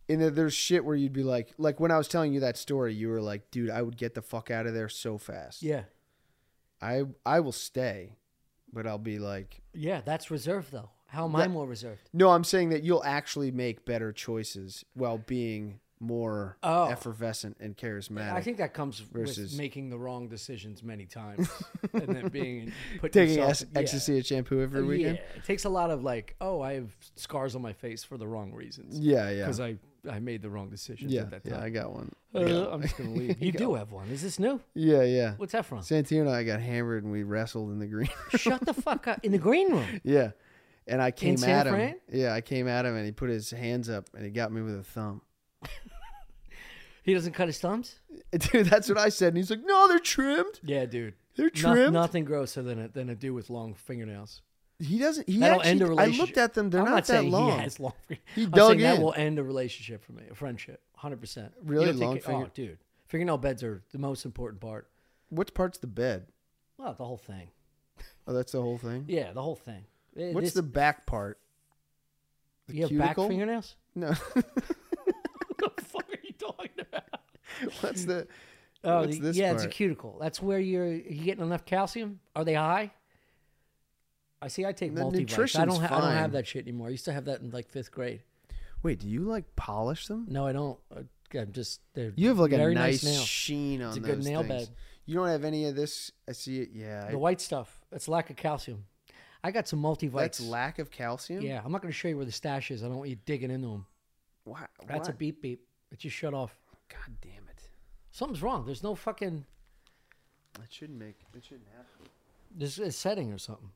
Speaker 1: in the there's shit where you'd be like like when I was telling you that story you were like dude I would get the fuck out of there so fast
Speaker 2: Yeah,
Speaker 1: I I will stay but I'll be like
Speaker 2: yeah. That's reserved though. How am I
Speaker 1: That-
Speaker 2: more reserved?
Speaker 1: no I'm saying that you'll actually make better choices while being more
Speaker 2: Oh.
Speaker 1: effervescent and charismatic
Speaker 2: I think that comes
Speaker 1: versus-
Speaker 2: with making the wrong
Speaker 1: [laughs]
Speaker 2: decisions many times, and then being put
Speaker 1: taking
Speaker 2: yourself,
Speaker 1: es- ecstasy and shampoo every
Speaker 2: Yeah.
Speaker 1: weekend
Speaker 2: yeah, it takes a lot of like, oh, I have scars on my face for the wrong reasons
Speaker 1: yeah yeah
Speaker 2: because I I made the wrong decisions
Speaker 1: yeah
Speaker 2: at that time.
Speaker 1: yeah I got one [laughs]
Speaker 2: Uh, I'm just gonna leave. You do have one. Is this new?
Speaker 1: yeah yeah
Speaker 2: What's
Speaker 1: [laughs]
Speaker 2: that from?
Speaker 1: Santino and I got hammered and we wrestled in the green [laughs]
Speaker 2: Shut the fuck up in the green room.
Speaker 1: Yeah. And I came
Speaker 2: San
Speaker 1: at him.
Speaker 2: Fran?
Speaker 1: Yeah, I came at him and he put his hands up and he got me with a thumb. [laughs]
Speaker 2: He doesn't cut his thumbs.
Speaker 1: Dude, that's what I said. And he's like, no, they're trimmed.
Speaker 2: Yeah, dude.
Speaker 1: They're
Speaker 2: No-
Speaker 1: trimmed.
Speaker 2: nothing grosser than a, than a dude with long fingernails.
Speaker 1: He doesn't. He
Speaker 2: That'll
Speaker 1: actually,
Speaker 2: end a
Speaker 1: I
Speaker 2: relationship.
Speaker 1: looked at them. They're
Speaker 2: I'm
Speaker 1: not, that
Speaker 2: saying
Speaker 1: long.
Speaker 2: He has long. fin-
Speaker 1: He
Speaker 2: I'm
Speaker 1: dug
Speaker 2: saying that
Speaker 1: in.
Speaker 2: will end a relationship for me, a friendship, hundred percent.
Speaker 1: Really? Long finger-
Speaker 2: Oh, dude, fingernail beds are the most important part.
Speaker 1: What part's the bed?
Speaker 2: Well, the whole thing.
Speaker 1: Oh, that's the whole thing.
Speaker 2: Yeah, the whole thing. Eh,
Speaker 1: What's
Speaker 2: this-
Speaker 1: the back part? The
Speaker 2: you have
Speaker 1: cuticle?
Speaker 2: back fingernails? [laughs]
Speaker 1: No. [laughs]
Speaker 2: what the fuck are you talking about?
Speaker 1: What's the?
Speaker 2: Oh,
Speaker 1: What's
Speaker 2: the-
Speaker 1: this
Speaker 2: yeah, it's a
Speaker 1: part?
Speaker 2: cuticle. That's where you're. Are you getting enough calcium? Are they high? I see. I take
Speaker 1: The
Speaker 2: multivitamins. I
Speaker 1: nutrition's
Speaker 2: don't. Ha- I don't
Speaker 1: fine.
Speaker 2: have that shit anymore. I used to have that in like fifth grade.
Speaker 1: Wait, do you like polish them?
Speaker 2: No, I don't. I- I'm just. They're
Speaker 1: You have like a
Speaker 2: very
Speaker 1: nice,
Speaker 2: nail.
Speaker 1: sheen on
Speaker 2: It's a
Speaker 1: those
Speaker 2: good nail
Speaker 1: things.
Speaker 2: bed.
Speaker 1: You don't have any of this. I see it. Yeah, I-
Speaker 2: The white stuff. It's lack of calcium. I got some multivites.
Speaker 1: that's lack of calcium.
Speaker 2: yeah, I'm not going to show you where the stash is. I don't want you digging into them.
Speaker 1: Why,
Speaker 2: That's a
Speaker 1: why-
Speaker 2: beep beep. It just shut off.
Speaker 1: God damn it!
Speaker 2: Something's wrong. There's no fucking.
Speaker 1: That shouldn't make. It shouldn't happen.
Speaker 2: There's a setting or something.